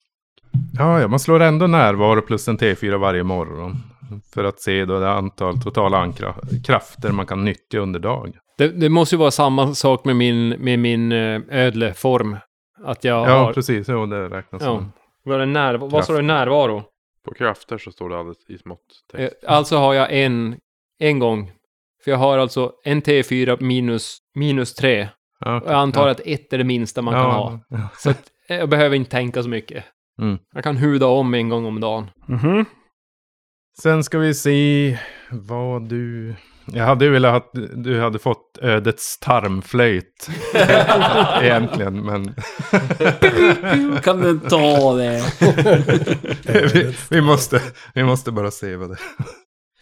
[SPEAKER 1] Ja, ja, man slår ändå närvaro plus en T4 varje morgon. För att se då det antal totala ankra- krafter man kan nyttja under dagen.
[SPEAKER 9] Det, det måste ju vara samma sak med min, med min eh, ödleform. Att jag
[SPEAKER 1] Ja,
[SPEAKER 9] har...
[SPEAKER 1] precis. Jo, det räknas
[SPEAKER 9] Ja.
[SPEAKER 1] som.
[SPEAKER 9] Vad, är närva- vad sa du? Närvaro?
[SPEAKER 7] På krafter så står det alldeles i smått
[SPEAKER 9] Eh,
[SPEAKER 7] text.
[SPEAKER 9] Alltså har jag en, en gång. För jag har alltså en T4 minus, minus 3.
[SPEAKER 1] Ja,
[SPEAKER 9] Och jag antar att ett är det minsta man kan ha.
[SPEAKER 1] Ja.
[SPEAKER 9] Så att eh, jag behöver inte tänka så mycket.
[SPEAKER 1] Mm.
[SPEAKER 9] Jag kan huda om en gång om dagen.
[SPEAKER 3] Mhm.
[SPEAKER 1] Sen ska vi se vad du... Jag hade ju velat att du hade fått ödets tarmflöjt. Egentligen, men
[SPEAKER 5] Kan du ta det?
[SPEAKER 1] vi, vi, måste, vi måste bara se vad det,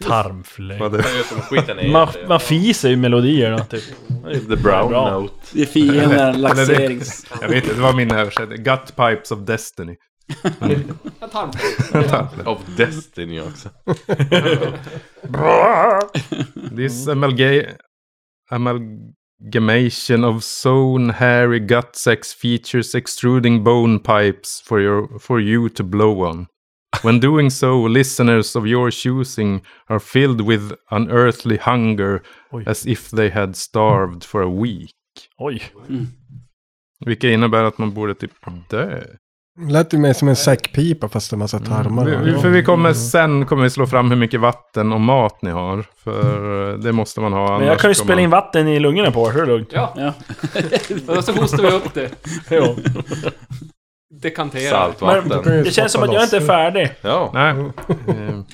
[SPEAKER 3] Tarmflöjt.
[SPEAKER 1] vad det
[SPEAKER 3] Man, man fiser ju melodierna typ.
[SPEAKER 7] The brown
[SPEAKER 3] Bra.
[SPEAKER 7] note.
[SPEAKER 5] Det är fienden, laxerings...
[SPEAKER 1] Jag vet inte, det var min översättning. Gut pipes of destiny.
[SPEAKER 7] Of destiny också.
[SPEAKER 1] This amalga- amalgamation of sewn hairy gut sacs features extruding bone pipes for, your, for you to blow on. When doing so, listeners of your choosing are filled with unearthly hunger
[SPEAKER 3] Oj.
[SPEAKER 1] as if they had starved for a week.
[SPEAKER 3] Oj.
[SPEAKER 5] Mm.
[SPEAKER 1] Vilket innebär att man borde typ dö.
[SPEAKER 6] Lät du mig som en säckpipa fast det är massa
[SPEAKER 7] Mm.
[SPEAKER 6] tarmar.
[SPEAKER 1] Mm. Vi, vi- för vi kommer sen kommer vi slå fram hur mycket vatten och mat ni har. För eh, det måste man ha.
[SPEAKER 3] Mm. Men jag
[SPEAKER 1] annars
[SPEAKER 3] kan ju
[SPEAKER 1] kommer
[SPEAKER 3] spela
[SPEAKER 1] man-
[SPEAKER 3] in vatten i lungorna på er, så är det lugnt.
[SPEAKER 5] Ja.
[SPEAKER 9] Och så hostar vi upp det.
[SPEAKER 3] Jo.
[SPEAKER 9] Dekanterar.
[SPEAKER 7] Saltvatten.
[SPEAKER 3] Det känns som att jag inte är färdig.
[SPEAKER 7] Ja.
[SPEAKER 1] Nej.
[SPEAKER 3] Mm.
[SPEAKER 1] eh,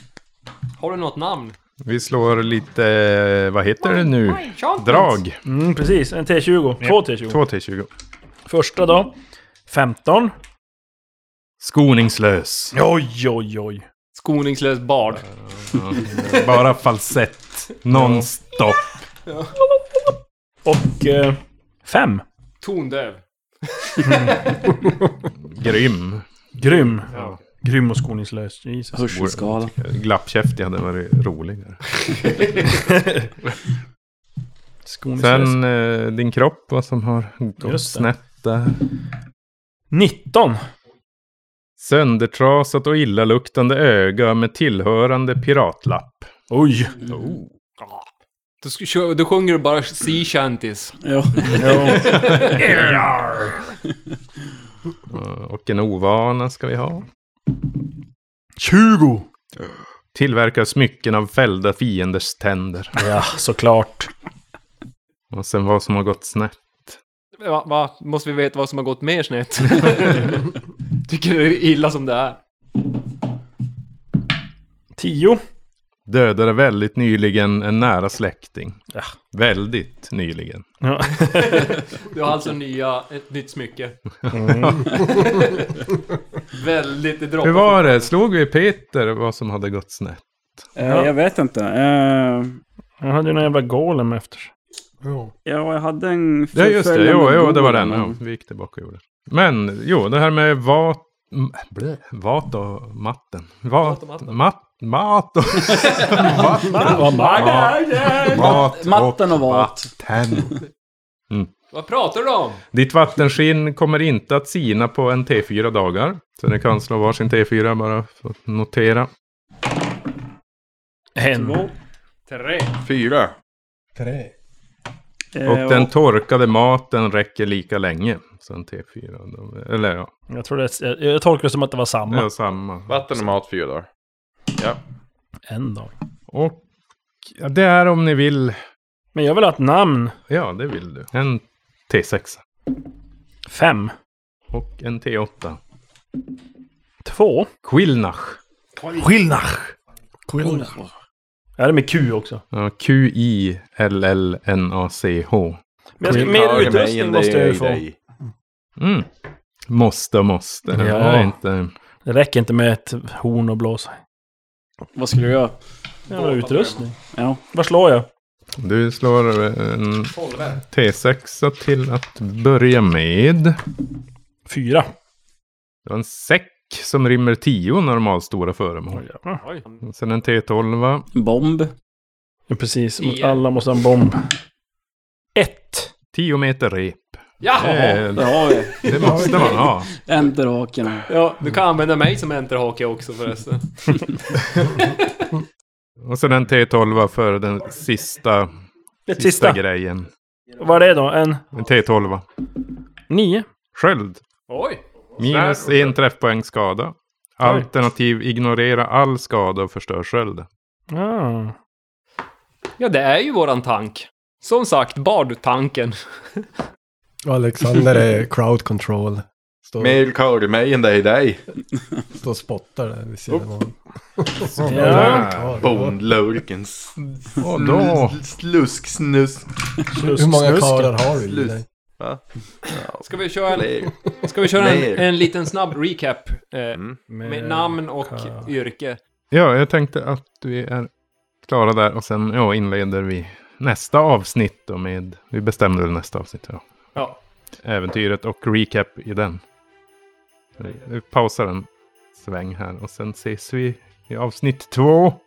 [SPEAKER 9] Har du något namn?
[SPEAKER 1] Vi slår lite, eh, vad heter det nu?
[SPEAKER 9] Charlton.
[SPEAKER 1] Drag.
[SPEAKER 3] Mm, precis. En T20. Två T20.
[SPEAKER 1] 2 till 20.
[SPEAKER 3] Första då. 15.
[SPEAKER 1] Skoningslös.
[SPEAKER 3] Oj, oj, oj.
[SPEAKER 9] Skoningslös bard.
[SPEAKER 1] Bara falsett. Nonstop.
[SPEAKER 3] Och... Eh, fem.
[SPEAKER 9] Tondöv.
[SPEAKER 1] Grym.
[SPEAKER 3] Grym. Grym och skoningslös. Jesus.
[SPEAKER 5] Hörselskada.
[SPEAKER 1] Glappkäftig hade varit roligare.
[SPEAKER 3] Skoningslös.
[SPEAKER 1] Sen eh, din kropp, vad som har gått
[SPEAKER 3] Just det.
[SPEAKER 1] snett där.
[SPEAKER 3] 19.
[SPEAKER 1] Söndertrasat och illaluktande öga med tillhörande piratlapp.
[SPEAKER 3] Oj.
[SPEAKER 9] Då, sk- kö- då sjunger du bara sea shanties.
[SPEAKER 5] Ja.
[SPEAKER 1] Eh, Och en ovana ska vi ha.
[SPEAKER 3] 20.
[SPEAKER 1] Tillverkar smycken av fällda fienders tänder.
[SPEAKER 3] Ja, såklart.
[SPEAKER 1] Och sen vad som har gått snett.
[SPEAKER 9] Va, va? Måste vi veta vad som har gått mer snett? Tycker det är illa som det är.
[SPEAKER 3] 10.
[SPEAKER 1] Dödade väldigt nyligen en nära släkting.
[SPEAKER 3] Ja.
[SPEAKER 1] Väldigt nyligen.
[SPEAKER 3] Ja.
[SPEAKER 9] Du har alltså nya, ett nytt smycke. Väldigt, det
[SPEAKER 1] Hur
[SPEAKER 9] droppar.
[SPEAKER 1] var det? Slog vi Peter vad som hade gått snett?
[SPEAKER 5] Eh, Jag vet inte. Eh,
[SPEAKER 3] Jag hade ju någon jävla golem efter sig.
[SPEAKER 5] Ja, jag hade en
[SPEAKER 1] Ja just det,
[SPEAKER 5] förföljande
[SPEAKER 1] jo, jo det var
[SPEAKER 5] golem.
[SPEAKER 1] den. Ja, vi gick tillbaka och gjorde det. Men jo, det här med vat... m- blä, Vat och matten. Vat, mat, mat och...
[SPEAKER 9] Ah,
[SPEAKER 3] Vad bra.
[SPEAKER 1] mat,
[SPEAKER 5] Matten och vat.
[SPEAKER 1] vatten.
[SPEAKER 9] Vad pratar du om?
[SPEAKER 1] Ditt vattenskinn kommer inte att sina på en T4 dagar. Så ni kan slå varsin T4 bara för att notera.
[SPEAKER 3] En.
[SPEAKER 5] Två.
[SPEAKER 9] Tre.
[SPEAKER 7] Fyra.
[SPEAKER 6] Tre.
[SPEAKER 3] Eh,
[SPEAKER 1] Och den torkade maten räcker lika länge. Så en T4. då- Eller ja,
[SPEAKER 3] jag, tror det, jag, jag tolkar det som att det var
[SPEAKER 1] det
[SPEAKER 3] samma.
[SPEAKER 1] är samma.
[SPEAKER 7] Vatten och mat fyra dagar.
[SPEAKER 3] En dag.
[SPEAKER 1] Och ja, det är om ni vill.
[SPEAKER 3] Men jag vill ha ett namn.
[SPEAKER 1] Ja, det vill du. En T6
[SPEAKER 3] Fem.
[SPEAKER 1] och en T8.
[SPEAKER 3] Två.
[SPEAKER 1] Quilnach.
[SPEAKER 3] Skillnach. Ja, det är med Q också.
[SPEAKER 1] Ja, Q-I-L-L-N-A-C-H.
[SPEAKER 3] Men jag ska,
[SPEAKER 7] Ja,
[SPEAKER 3] mer
[SPEAKER 7] det är mig än
[SPEAKER 3] utrustning måste jag ju
[SPEAKER 7] dig,
[SPEAKER 3] få.
[SPEAKER 7] dig.
[SPEAKER 1] Mm. Måste och måste. Det
[SPEAKER 3] Ja.
[SPEAKER 1] är inte...
[SPEAKER 3] Det räcker inte med ett horn och blåsa.
[SPEAKER 5] Vad skulle du göra?
[SPEAKER 3] Jag vill ha utrustning.
[SPEAKER 5] Ja.
[SPEAKER 3] Vad slår jag?
[SPEAKER 1] Du slår eh, en T6 till att börja med.
[SPEAKER 3] Fyra.
[SPEAKER 1] Du har en säck som rymmer 10 normalstora föremål. Sen en T12.
[SPEAKER 5] Bomb.
[SPEAKER 3] Ja, precis. Alla måste ha en bomb. Ett.
[SPEAKER 1] 10 meter rep. Eh,
[SPEAKER 9] Jaha!
[SPEAKER 5] Där har vi.
[SPEAKER 1] Det måste man ha.
[SPEAKER 5] Enterhaken.
[SPEAKER 9] Ja, du kan använda mig som enterhake också förresten.
[SPEAKER 1] Och sen en T12 för den sista,
[SPEAKER 3] Det
[SPEAKER 1] sista,
[SPEAKER 3] sista.
[SPEAKER 1] grejen.
[SPEAKER 3] Vad är det då? En
[SPEAKER 1] En T12.
[SPEAKER 3] nio?
[SPEAKER 1] Sköld.
[SPEAKER 9] Oj!
[SPEAKER 1] Minus en träffpoäng skada. Alternativ ignorera all skada och förstör skölden.
[SPEAKER 3] Ah.
[SPEAKER 9] Ja, det är ju våran tank. Som sagt, bardtanken.
[SPEAKER 6] Och Alexander är crowd control. Står
[SPEAKER 7] Mer curry, mig än dig, dig.
[SPEAKER 6] står och spottar där vid sidan av.
[SPEAKER 1] Ja.
[SPEAKER 7] Bondlurkens.
[SPEAKER 1] Och då.
[SPEAKER 7] Slusk, snusk,
[SPEAKER 6] Hur många karlar har du i dig?
[SPEAKER 9] Ska vi köra en,
[SPEAKER 7] fler.
[SPEAKER 9] ska vi köra en,
[SPEAKER 7] Mer.
[SPEAKER 9] en liten snabb recap? Eh,
[SPEAKER 7] Mm.
[SPEAKER 9] med namn och yrke.
[SPEAKER 1] Ja, jag tänkte att vi är klara där och sen ja, inleder vi nästa avsnitt då med... Vi bestämde väl nästa avsnitt, ja.
[SPEAKER 9] Ja.
[SPEAKER 1] Äventyret och recap i den. Vi pausar en sväng här och sen ses vi i avsnitt två.